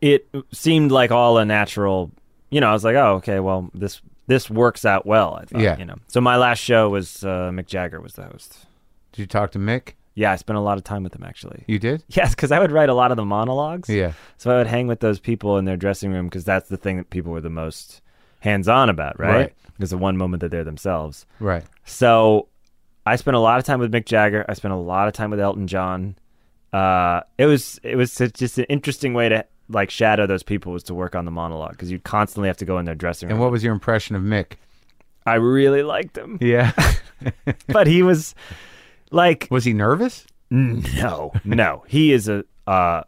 it seemed like all a natural. You know, I was like, oh, okay, well this this works out well. I thought,
Yeah.
you know. So my last show was uh, Mick Jagger was the host.
Did you talk to Mick?
Yeah, I spent a lot of time with him actually.
You did?
Yes, because I would write a lot of the monologues.
Yeah.
So I would hang with those people in their dressing room because that's the thing that people were the most hands on about, right?
Right.
Because the one moment that they're themselves.
Right.
So I spent a lot of time with Mick Jagger. I spent a lot of time with Elton John. Uh, it was it was such- just an interesting way to like shadow those people was to work on the monologue because you constantly have to go in their dressing room.
And what was your impression of Mick?
I really liked him,
Yeah.
but he was like
was he nervous?
no, no. He is a uh,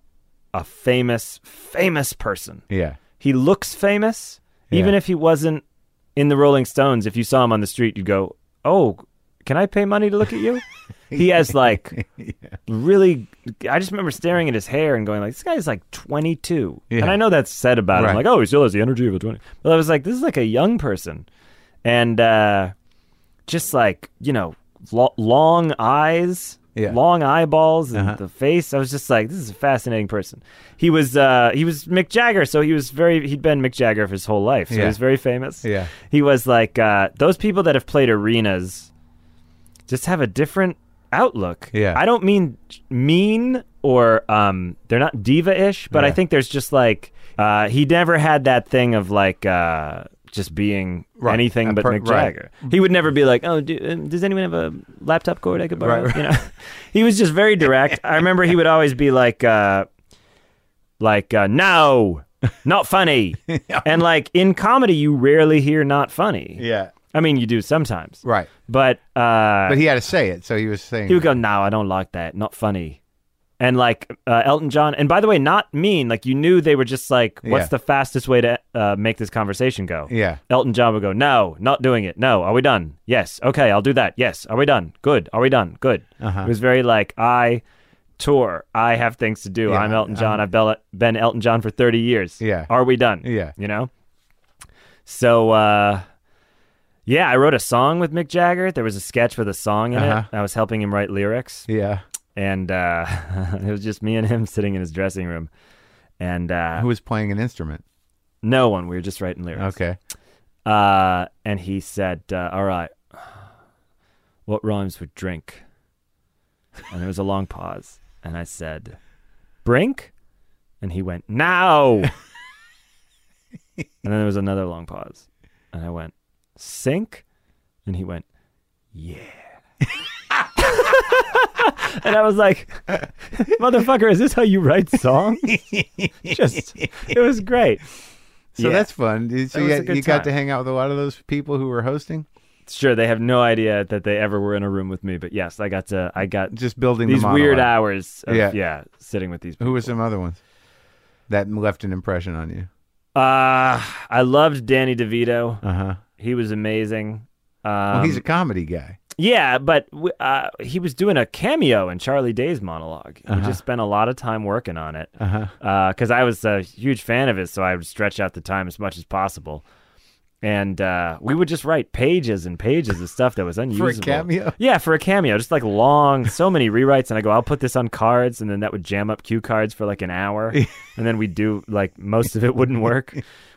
a famous famous person.
Yeah.
he looks famous even
Yeah.
if he wasn't in the rolling stones if you saw him on the street you'd go oh can i pay money to look at you he has like really i just remember staring at his hair and going like this guy's like 22
Yeah.
and i know that's said about him
Right.
like oh he still has the energy of a 20 but i was like this is like a young person and uh just like you know lo- long eyes
Yeah.
long eyeballs
Uh-huh.
and the face i was just like this is a fascinating person he was uh he was mick jagger so he was very he'd been mick jagger for his whole life so he
Yeah.
was very famous
Yeah.
he was like uh those people that have played arenas just have a different outlook
Yeah.
i don't mean mean or um they're not diva-ish but i
Yeah.
think there's just like uh he never had that thing of like uh just being
Right.
anything
A
but
per-
Mick
right.
Jagger. He would never be like, "Oh, do, um, does anyone have a laptop cord I could borrow?"
Right,
You know, he was just very direct. I remember he would always be like, uh, "Like uh, no, not funny," and like in comedy, you rarely hear "not funny."
Yeah.
I mean, you do sometimes,
Right.
but uh,
But he had to say it, so he was saying
he would go, "No, I don't like that. Not funny." And like uh, Elton John, and by the way, not mean. Like you knew they were just like, "What's
Yeah.
the fastest way to uh, make this conversation go?"
Yeah.
Elton John would go, "No, not doing it. No, are we done? Yes, okay, I'll do that. Yes, are we done? Good, are we done? Good."
Uh-huh.
It was very like I tour. I have things to do.
Yeah, um,
I'm Elton John. I've bel- been Elton John for thirty years.
Yeah.
are we done?
Yeah.
you know. So. uh yeah, I wrote a song with Mick Jagger. There was a sketch with a song in
Uh-huh.
it. I was helping him write lyrics,
Yeah.
and uh, it was just me and him sitting in his dressing room, and uh,
Who was playing an instrument?
no one. We were just writing lyrics.
Okay.
Uh, and he said, uh, "All right, what rhymes with drink? And there was a long pause. And I said, Brink? And he went, Now. and then there was another long pause. And I went, Sink? And he went, Yeah. and I was like, Motherfucker, is this how you write songs? Just, it was great.
So
Yeah.
that's fun. So
That
you,
was a
got,
good
you got
time.
to hang out with a lot of those people who were hosting,
Sure, they have no idea that they ever were in a room with me, but yes, I got to, I got
just building
these
the
weird
monologue.
hours of,
Yeah.
yeah. sitting with these people.
Who were some other ones that left an impression on you?
Uh, I loved Danny DeVito.
Uh huh.
He was amazing. Uh-huh. Um,
Well, Oh, he's a comedy guy.
yeah, but w- uh, he was doing a cameo in Charlie Day's monologue. He
Uh-huh.
just spent a lot of time working on it
Uh huh.
because I was a huge fan of his, so I would stretch out the time as much as possible. And uh, we would just write pages and pages of stuff that was
For
unusable.
a cameo.
Yeah, for a cameo, just like long, so many rewrites, and I go, I'll put this on cards, and then that would jam up cue cards for like an hour, and then we do like most of it wouldn't work.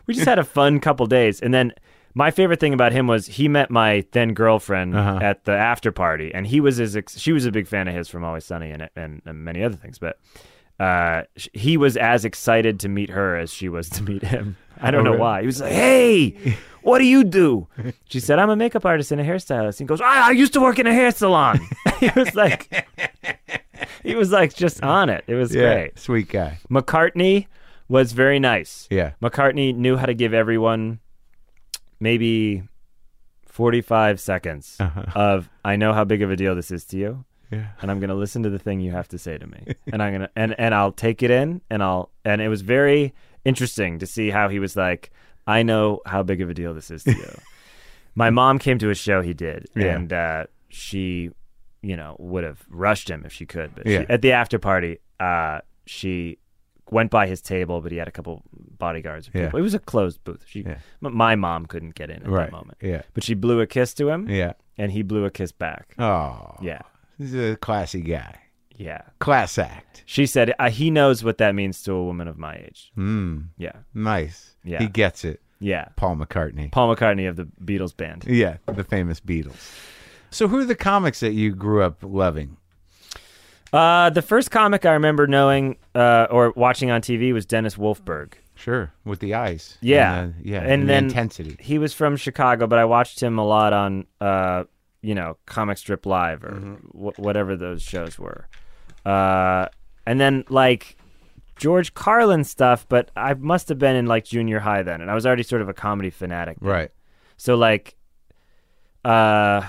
We just had a fun couple days, and then my favorite thing about him was he met my then girlfriend
Uh-huh.
at the after party, and he was his ex- she was a big fan of his from Always Sunny and and, and many other things, but uh, sh- he was as excited to meet her as she was to meet him. I don't
Oh,
know
really?
why. He was like, "Hey, what do you do?" She said, "I'm a makeup artist and a hairstylist." He goes, "I, I used to work in a hair salon." he was like, he was like just on it. It was
Yeah.
great.
Sweet guy.
McCartney was very nice.
Yeah.
McCartney knew how to give everyone maybe 45 seconds
Uh-huh.
of I know how big of a deal this is to you
Yeah.
and I'm going to listen to the thing you have to say to me. And I'm going to and and I'll take it in and I'll and it was very interesting to see how he was like I know how big of a deal this is to you. My mom came to a show he did
Yeah.
and uh she you know would have rushed him if she could but
Yeah.
she, at the after party uh she went by his table, but he had a couple bodyguards. Of
Yeah.
people. It was a closed booth. She,
Yeah.
m- my mom couldn't get in at
Right.
that moment.
Yeah.
But she blew a kiss to him,
Yeah.
and he blew a kiss back.
Oh.
Yeah,
He's a classy guy.
yeah.
Class act.
She said uh, he knows what that means to a woman of my age.
Mm.
Yeah,
Nice.
Yeah.
He gets it.
yeah.
Paul McCartney.
Paul McCartney of the Beatles band.
Yeah, the famous Beatles. So, who are the comics that you grew up loving?
Uh, the first comic I remember knowing uh, or watching on TV was Dennis Wolfberg.
Sure, with the eyes.
Yeah,
and the, yeah,
and, then
the intensity.
He was from Chicago, but I watched him a lot on, uh, you know, Comic Strip Live or wh- whatever those shows were. Uh, and then like George Carlin stuff, but I must have been in like junior high then, and I was already sort of a comedy fanatic. then.
Right.
So like, uh,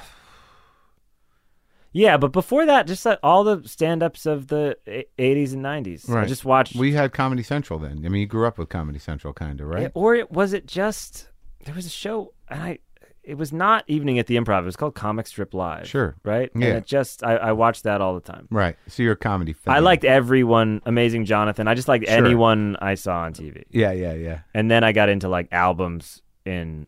yeah, but before that, just like all the stand-ups of the e- '80s and '90s. I
Right.
just watched.
We had Comedy Central then. I mean, you grew up with Comedy Central, kind of,
Yeah,
right?
or it, was it just there was a show and I it was not Evening at the Improv. It was called Comic Strip Live.
Sure.
Right?
Yeah.
And it just I, I watched that all the time.
Right. So you're a comedy fan.
I liked everyone, amazing Jonathan. I just liked
Sure.
anyone I saw on TV.
Yeah, yeah, yeah.
And then I got into like albums in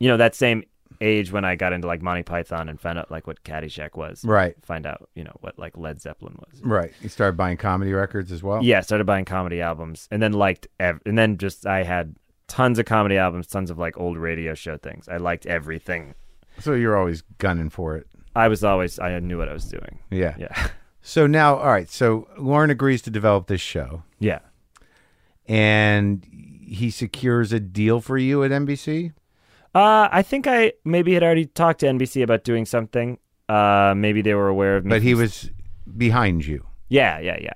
you know, that same age when I got into like Monty Python and found out like what Caddyshack was.
Right.
Find out, you know, what like Led Zeppelin was.
Right. You started buying comedy records as well.
Yeah, started buying comedy albums and then liked ev- and then just I had tons of comedy albums, tons of like old radio show things. I liked everything.
So you're always gunning for it.
I was always I knew what I was doing.
Yeah.
Yeah.
So now, all right. So Lauren agrees to develop this show,
Yeah.
and he secures a deal for you at NBC.
Uh, I think I maybe had already talked to NBC about doing something. Uh, maybe they were aware of me.
But he was behind you.
Yeah, yeah, yeah.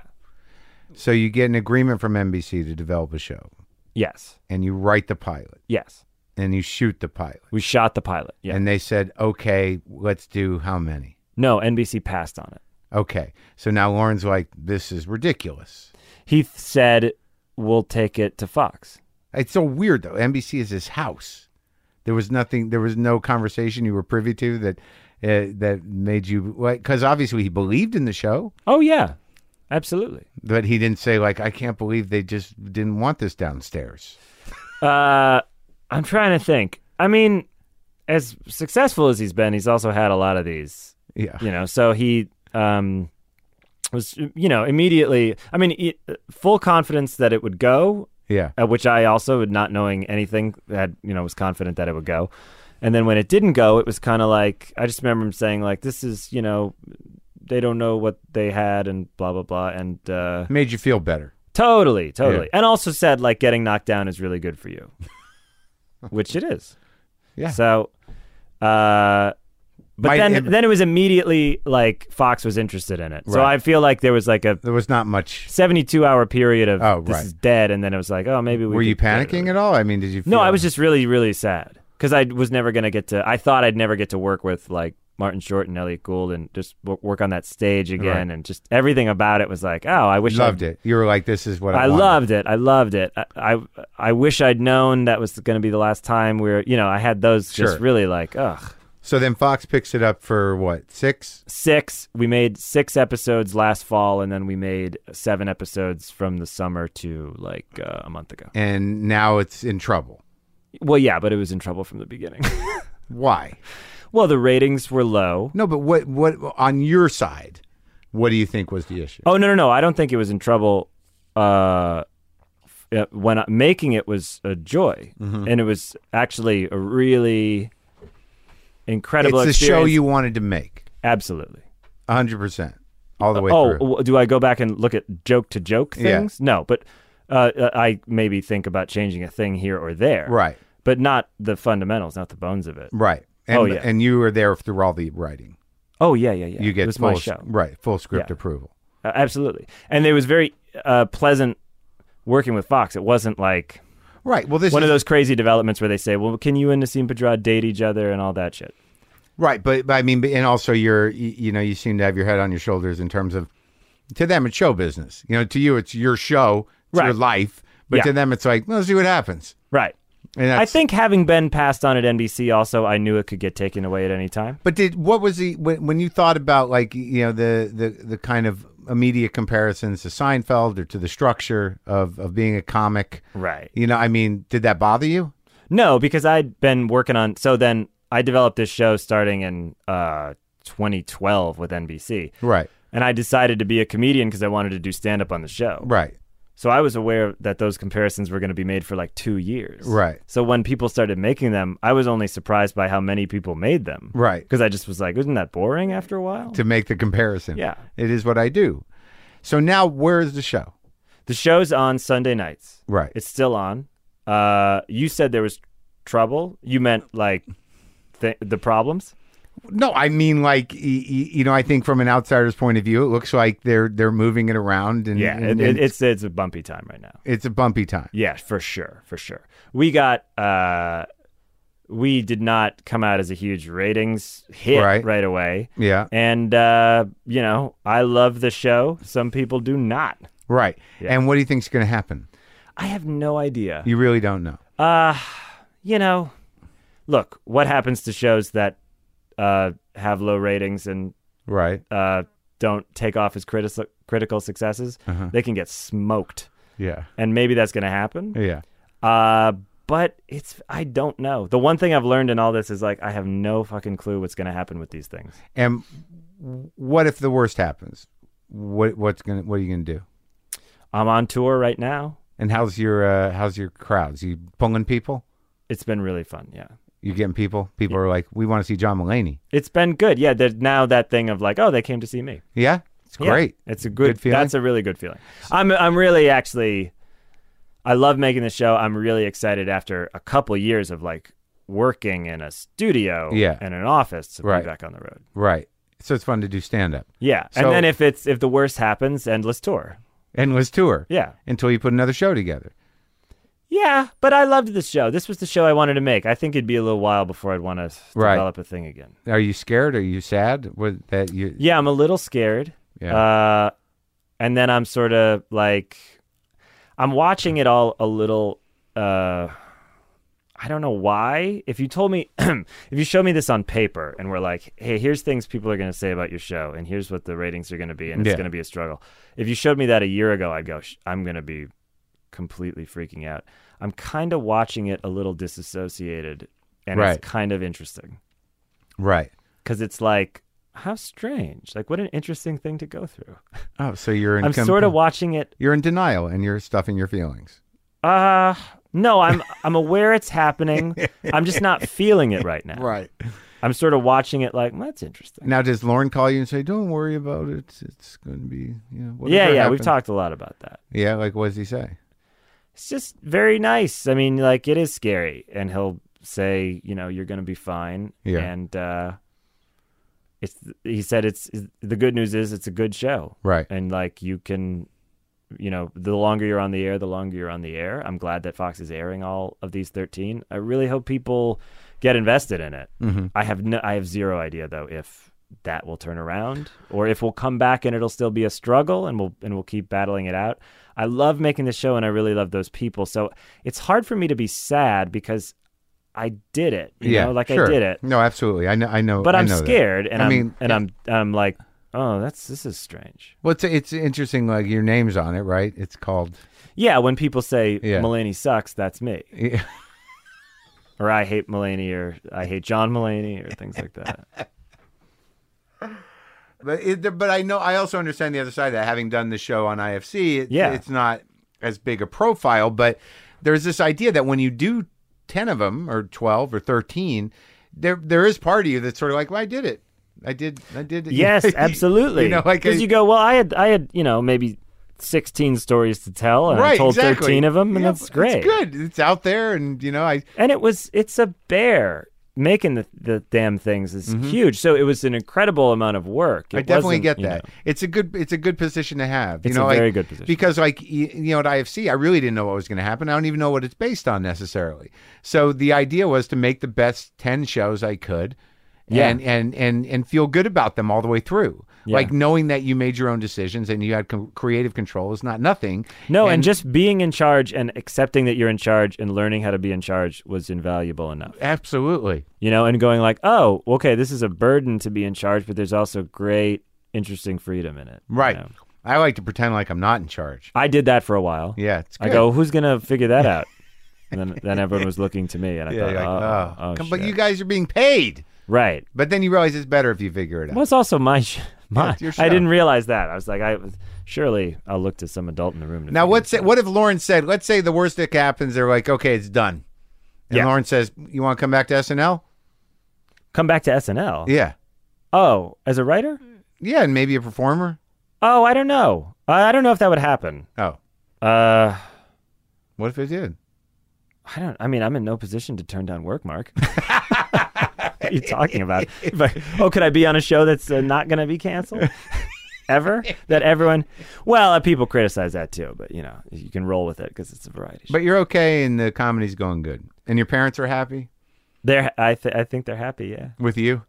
So you get an agreement from NBC to develop a show,
Yes.
and you write the pilot,
Yes.
and you shoot the pilot.
We shot the pilot. Yeah.
And they said, okay, let's do how many?
no, NBC passed on it.
Okay. So now Lauren's like, this is ridiculous.
He th- said we'll take it to Fox.
It's so weird, though. NBC is his house. There was nothing, there was no conversation you were privy to that. Uh, that made you because obviously he believed in the show,
Oh yeah. Absolutely.
but he didn't say like I can't believe they just didn't want this downstairs.
Uh, I'm trying to think. I mean, as successful as he's been, he's also had a lot of these.
Yeah,
You know, so he um was you know immediately. I mean, e- full confidence that it would go,
yeah,
uh, which I also, not knowing anything, had you know was confident that it would go. And then when it didn't go, it was kind of like I just remember him saying like, "This is you know, they don't know what they had," and blah blah blah, and uh,
Made you feel better.
totally, totally, and also said like, getting knocked down is really good for you, which it is.
Yeah.
So, uh, but
Might-
then
it-
then it was immediately like Fox was interested in it, so
Right.
I feel like there was like a
There was not much.
72 hour period of
Oh,
this
right.
is dead and then it was like oh maybe we
Were you
could-
panicking at all? I mean, did you? Feel,
no i was just really really sad because i was never going to get to i thought i'd never get to work with like martin short and elliot gould and just w- work on that stage again and just everything about it was like oh i wish
loved it.
I'd,
You were like, "This is what I,
I
wanted.
loved it. I loved it. I, I I wish I'd known that was going to be the last time we were. You know, I had those
Sure.
just really like ugh.
So then Fox picks it up for what six?
Six. We made six episodes last fall, and then we made seven episodes from the summer to like uh, a month ago.
and now it's in trouble.
Well, yeah, but it was in trouble from the beginning.
Why?
well, the ratings were low.
No, but what what on your side? What do you think was the issue?
Oh no, no, no! I don't think it was in trouble. Uh, f- uh, when I, making it was a joy,
Mm-hmm.
and it was actually a really
it's
incredible.
the show
experience.
you wanted to make,
absolutely.
hundred percent, all the way
Oh,
through.
w- do I go back and look at joke to joke
Yeah.
things? No, but uh, uh, I maybe think about changing a thing here or there.
Right,
but not the fundamentals, not the bones of it.
right. And,
Oh, yeah.
and you were there through all the writing.
Oh yeah, yeah, yeah.
You get
it was
full
my
s-
show.
right, full script
Yeah.
approval.
Uh, absolutely. And it was very uh, pleasant working with Fox. It wasn't like
Right. Well, this
one
is,
of those crazy developments where they say, "Well, can you and Nassim Pedrad date each other?" and all that shit.
Right, but, but I mean, but- and also you're, you, you know, you seem to have your head on your shoulders in terms of, to them it's show business. You know, to you it's your show, it's your
Right.
life, but
Yeah.
to them it's like, let's see what happens.
Right.
And
I
that's-
think having been passed on at NBC, also, I knew it could get taken away at any time.
But did what was the when, when you thought about like you know the the the kind of immediate comparisons to Seinfeld or to the structure of of being a comic?
Right.
You know, I mean, did that bother you?
No, because I'd been working on. So then I developed this show starting in uh, 2012 with NBC.
Right.
And I decided to be a comedian because I wanted to do stand up on the show.
Right.
So I was aware that those comparisons were going to be made for like two years.
Right.
So when people started making them, I was only surprised by how many people made them.
Right.
Because I just was like, isn't that boring after a while?
To make the comparison.
Yeah.
It is what I do. So now where is the show?
The show's on Sunday nights.
Right.
It's still on. Uh, you said there was trouble. You meant like th- the problems.
No, I mean like y- y- you know, I think from an outsider's point of view, it looks like they're they're moving it around and
Yeah.
and-
It, it,
and
it's it's a bumpy time right now.
it's a bumpy time.
Yeah, for sure, for sure. We got uh, we did not come out as a huge ratings hit
Right.
right, away.
Yeah.
And uh, you know, I love the show. Some people do not.
Right.
Yeah.
And what do you think's going to happen?
I have no idea.
You really don't know.
Uh, you know, look, what happens to shows that uh, have low ratings and
Right.
uh, don't take off as criti- critical successes?
Uh-huh.
They can get smoked.
Yeah.
And maybe that's going to happen.
Yeah.
Uh, but it's I don't know. The one thing I've learned in all this is like I have no fucking clue what's going to happen with these things.
And what if the worst happens? What what's gonna what are you gonna do?
I'm on tour right now.
And how's your uh, how's your crowds? You pulling people?
It's been really fun. Yeah.
You getting people? People are like, we want to see John Mulaney.
It's been good. Yeah, there's now that thing of like, oh, they came to see me.
Yeah, it's
Yeah.
great.
It's a good,
Good feeling?
That's a really good feeling. I'm I'm really actually I love making the show. I'm really excited after a couple years of like working in a studio
Yeah.
and an office to
Right.
be back on the road.
Right. So it's fun to do stand up.
Yeah.
So-
and then if it's if the worst happens, endless tour.
Endless tour.
Yeah.
Until you put another show together.
Yeah, but I loved this show. This was the show I wanted to make. I think it'd be a little while before I'd want to
Right.
develop a thing again.
Are you scared? Are you sad? What that you
Yeah, I'm a little scared.
Yeah.
Uh, and then I'm sort of like, I'm watching it all a little. Uh, I don't know why. If you told me, if you show me this on paper and we're like, hey, here's things people are going to say about your show and here's what the ratings are going to be and it's
Yeah.
going to be a struggle. If you showed me that a year ago, I'd go, "Sh- I'm going to be completely freaking out. I'm kind of watching it a little disassociated and
Right.
it's kind of interesting
Right.
because it's like how strange like what an interesting thing to go through
Oh, so you're in
i'm
com-
sort of watching it
you're in denial and you're stuffing your feelings.
uh No, I'm I'm aware it's happening. I'm just not feeling it right now.
Right.
I'm sort of watching it like, "Well, that's interesting.
Now, does Lauren call you and say, "Don't worry about it. It's going to be, you know." Whatever
yeah, yeah, we've
happens."
talked a lot about that.
Yeah, like what does he say?
It's just very nice. I mean, like it is scary and he'll say, you know, you're going to be fine
Yeah.
and uh it's he said it's the good news is it's a good show.
Right.
And like you can you know, the longer you're on the air, the longer you're on the air. I'm glad that Fox is airing all of these 13. I really hope people get invested in it.
Mm-hmm.
I have no, I have zero idea though if that will turn around or if we'll come back and it'll still be a struggle and we'll and we'll keep battling it out. I love making the show and I really love those people. So it's hard for me to be sad because I did it. You
yeah,
know, like
sure.
I did it.
No, absolutely. I know. I know.
But
I
I'm
know that.
scared and
I
I
mean,
am and I'm I'm like, oh, that's this is strange.
Well, it's, it's interesting. Like your name's on it, right? It's called.
Yeah, when people say
Yeah.
Mulaney sucks, that's me.
Yeah.
Or I hate Mulaney or I hate John Mulaney or things like that.
But it, but I know. I also understand the other side of that. Having done the show on IFC, it,
Yeah.
it's not as big a profile. But there's this idea that when you do ten of them, or twelve, or thirteen, there there is part of you that's sort of like, well, I did it. I did. I did. it.
Yes, absolutely.
you know, like
because
I-
you go, well, I had, I had, you know, maybe sixteen stories to tell, and I
right.
told
exactly.
thirteen of them, and
Yeah,
that's great.
It's good. It's out there, and you know, I
And it was, it's a bear making the, the damn things is huge. So it was an incredible amount of work.
Mm-hmm. I
It
definitely
wasn't,
get
you
that.
know,
It's a good it's a good position to have.
It's
you know,
a
like-
very good position.
Because like y- you know at IFC, I really didn't know what was going to happen. I don't even know what it's based on necessarily. So the idea was to make the best 10 shows I could
Yeah.
and and and and feel good about them all the way through. Like knowing that you made your own decisions and you had co- creative control is not nothing.
no, and, just being in charge and accepting that you're in charge and learning how to be in charge was invaluable enough.
absolutely.
You know, and going like, oh, okay, this is a burden to be in charge, but there's also great, interesting freedom in it. you
Right.
know?
I like to pretend like I'm not in charge.
I did that for a while.
Yeah, it's
I
good.
go, who's gonna figure that out? And then, then everyone was looking to me, and I
yeah,
thought,
you're like,
oh,
"Oh,
oh,
come- but
shit."
you guys are being paid.
right?
But then you realize it's better if you figure it out.
Well, it's also my, sh- my.
it's your
I
show.
didn't realize that. I was like, I was surely I'll look to some adult in the room. To
Now,
figure
what's
this
it, what if Lauren said, let's say the worst that happens, they're like, okay, it's done. And
Yeah. Uh-huh.
Lauren says, you want to come back to SNL?
out." Come back to SNL.
Yeah.
Oh, as a writer?
Yeah, and maybe a performer?
Oh, I don't know. I I don't know if that would happen.
Oh,
Uh,
what if it did?
I don't. I mean, I'm in no position to turn down work, Mark. what are you talking about? But, oh, could I be on a show that's uh, not going to be canceled ever? That everyone? Well, uh, people criticize that too, but you know, you can roll with it because it's a variety. show.
But you're okay and the comedy's going good. And your parents are happy
they're, I, th- I think they're happy. Yeah.
with you?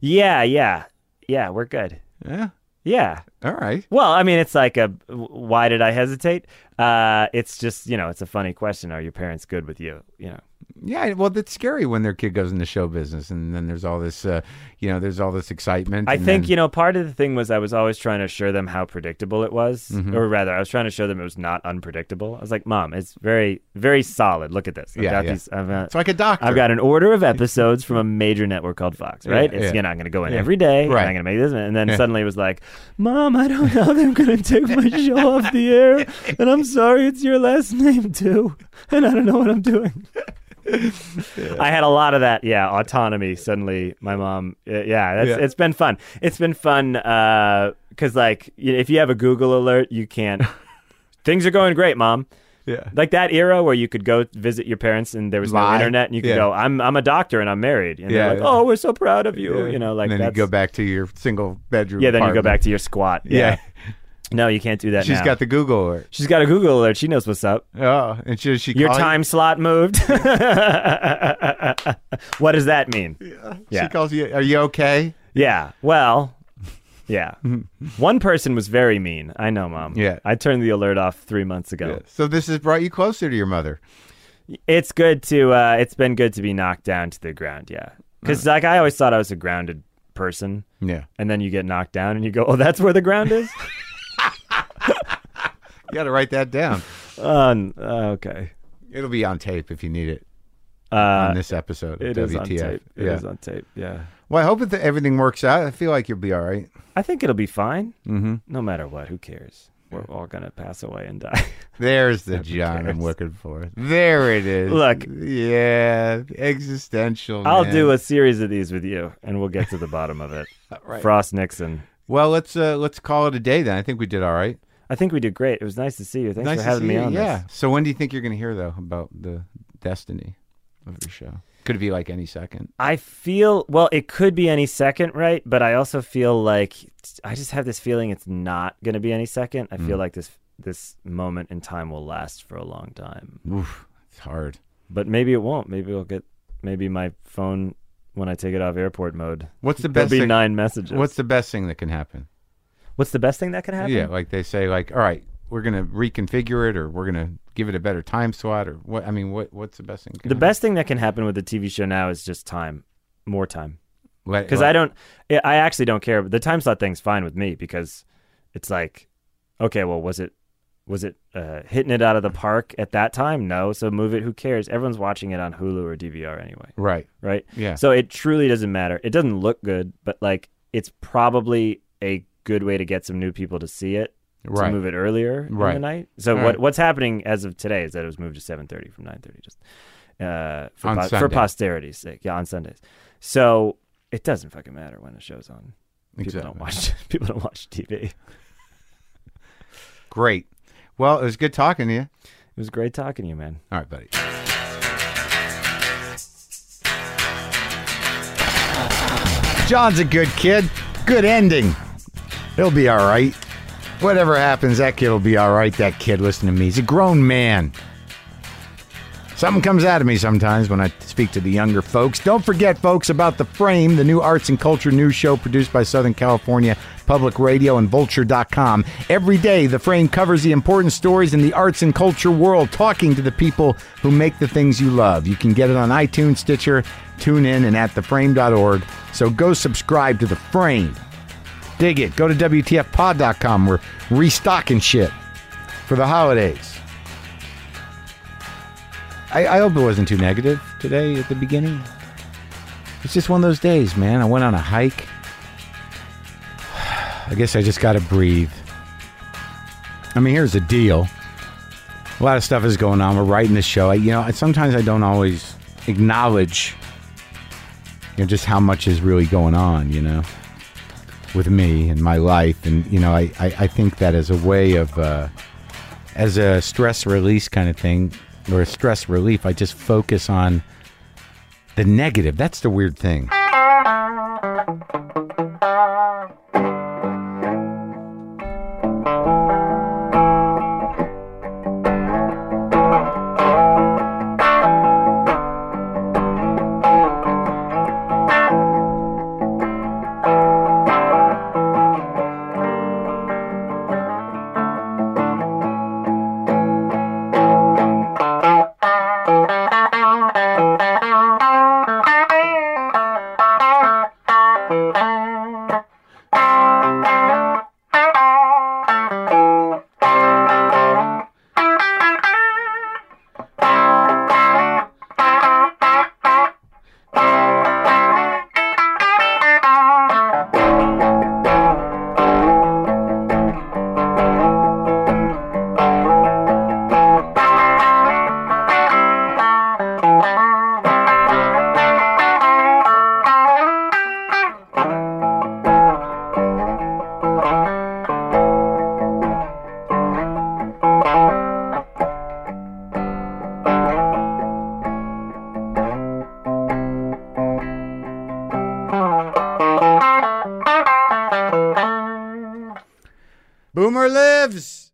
Yeah. Yeah. Yeah. We're good.
Yeah.
Yeah.
All right.
Well, I mean, it's like a why did I hesitate? Uh, it's just you know, it's a funny question. Are your parents good with you? You know.
Yeah, well, that's scary when their kid goes into show business and then there's all this, uh, you know, there's all this excitement.
I
and
think
then-
you know part of the thing was I was always trying to assure them how predictable it was,
Mm-hmm.
or rather, I was trying to show them it was not unpredictable. I was like, "Mom, it's very, very solid. Look at this. I've
Yeah,
got
yeah.
these. I've, uh,
It's like a doctor.
I've got an order of episodes from a major network called Fox. Right?
Yeah,
it's
yeah.
you know I'm going to go in every day.
Right.
And I'm going to make this, and then suddenly it was like, "Mom, I don't know. They're going to take my show off the air, and I'm sorry, it's your last name too, and I don't know what I'm doing." I had a lot of that. Yeah, autonomy. Suddenly, my mom. uh, Yeah, that's,
Yeah.
it's been fun. It's been fun because, like, y- if you have a Google alert, you can't. Things are going great, mom.
Yeah.
Like that era where you could go visit your parents and there was
Lie.
no internet, and you could
Yeah.
go, "I'm I'm a doctor and I'm married," and
Yeah,
they're like,
yeah.
"Oh, we're so proud of you," you know, like
and then
that's
you go back to your single bedroom.
yeah. Then you go back
apartment.
to your squat. Yeah.
Yeah.
No, you can't do that.
She's
now.
got the Google alert.
she's got a Google alert. She knows what's up.
Oh, and she, she
Your
call you?
time slot moved. what does that mean?
She
Yeah.
calls you. Are you okay?
Yeah. Well, yeah. One person was very mean. I know, Mom.
Yeah.
I turned the alert off three months ago.
So this has brought you closer to your mother.
It's good to, uh, it's been good to be knocked down to the ground. Yeah. Because, like, I always thought I was a grounded person.
Yeah.
And then you get knocked down and you go, oh, that's where the ground is?
You got to write that down.
Uh, n- uh, okay.
It'll be on tape if you need it on
Uh,
this episode.
it
of
is on
WTF.
tape. It is
yeah.
on tape. Yeah.
well, I hope that everything works out. I feel like you'll be all right.
I think it'll be fine. Mm-hmm. No matter what. Who cares? we're all gonna pass away and die.
There's the John I'm looking for. There it is.
Look.
Yeah. Existential.
I'll
man.
do a series of these with you, and we'll get to the bottom of it. Frost Nixon.
Well, let's uh, let's call it a day then. I think we did all right.
I think we did great. It was nice to see you. Thanks
nice
for
to
having
see
me
you.
on.
Yeah.
This.
So when do you think you're going to hear though about the destiny of your show? Could it be like any second?
I feel well. It could be any second, right? But I also feel like I just have this feeling it's not going to be any second. I
Mm.
feel like this this moment in time will last for a long time.
Oof, it's hard.
But maybe it won't. Maybe it'll get. Maybe my phone when I take it off airport mode.
What's the
There'll
best?
be
thing,
nine messages.
What's the best thing that can happen?
What's the best thing that could happen?
Yeah, like they say, like all right, we're going to reconfigure it, or we're going to give it a better time slot, or what? I mean, what what's the best thing?
The best thing that can happen with the TV show now is just time, more time.
because
Because I don't, I I actually don't care. The time slot thing's fine with me because it's like, okay, well, was it, was it uh, hitting it out of the park at that time? No, so move it. Who cares? Everyone's watching it on Hulu or DVR anyway,
Right.
right?
Yeah.
So it truly doesn't matter. It doesn't look good, but like it's probably a good way to get some new people to see it.
Right.
To move it earlier in
Right.
the night. So
All
what
right.
what's happening as of today is that it was moved to seven thirty from nine thirty, just uh, for,
On
pos- for
Sunday.
posterity's sake. Yeah, on Sundays. So it doesn't fucking matter when the show's on. People
Exactly.
don't watch. People don't watch TV. It
Great. Well, it was good talking to you.
was great talking to you, man.
All right, buddy. John's a good kid. Good ending. He'll be all right. Whatever happens, that kid will be all right. That kid, listen to me. He's a grown man. Something comes out of me sometimes when I speak to the younger folks. Don't forget, folks, about The Frame, the new arts and culture news show produced by Southern California Public Radio and Vulture.com. Every day, The Frame covers the important stories in the arts and culture world, talking to the people who make the things you love. You can get it on iTunes, Stitcher, TuneIn, and at TheFrame.org. So go subscribe to The Frame. Dig it. Go to WTFpod.com. We're restocking shit for the holidays. I, I hope it wasn't too negative today at the beginning. It's just one of those days, man. I went on a hike. I guess I just got to breathe. I mean, here's the deal. A lot of stuff is going on. We're writing this show. I, you know, I- sometimes I don't always acknowledge you know, just how much is really going on, you know, with me and my life. And, you know, I, I, I think that as a way of, uh, as a stress release kind of thing or a stress relief, I just focus on the negative. That's the weird thing. Boomer lives.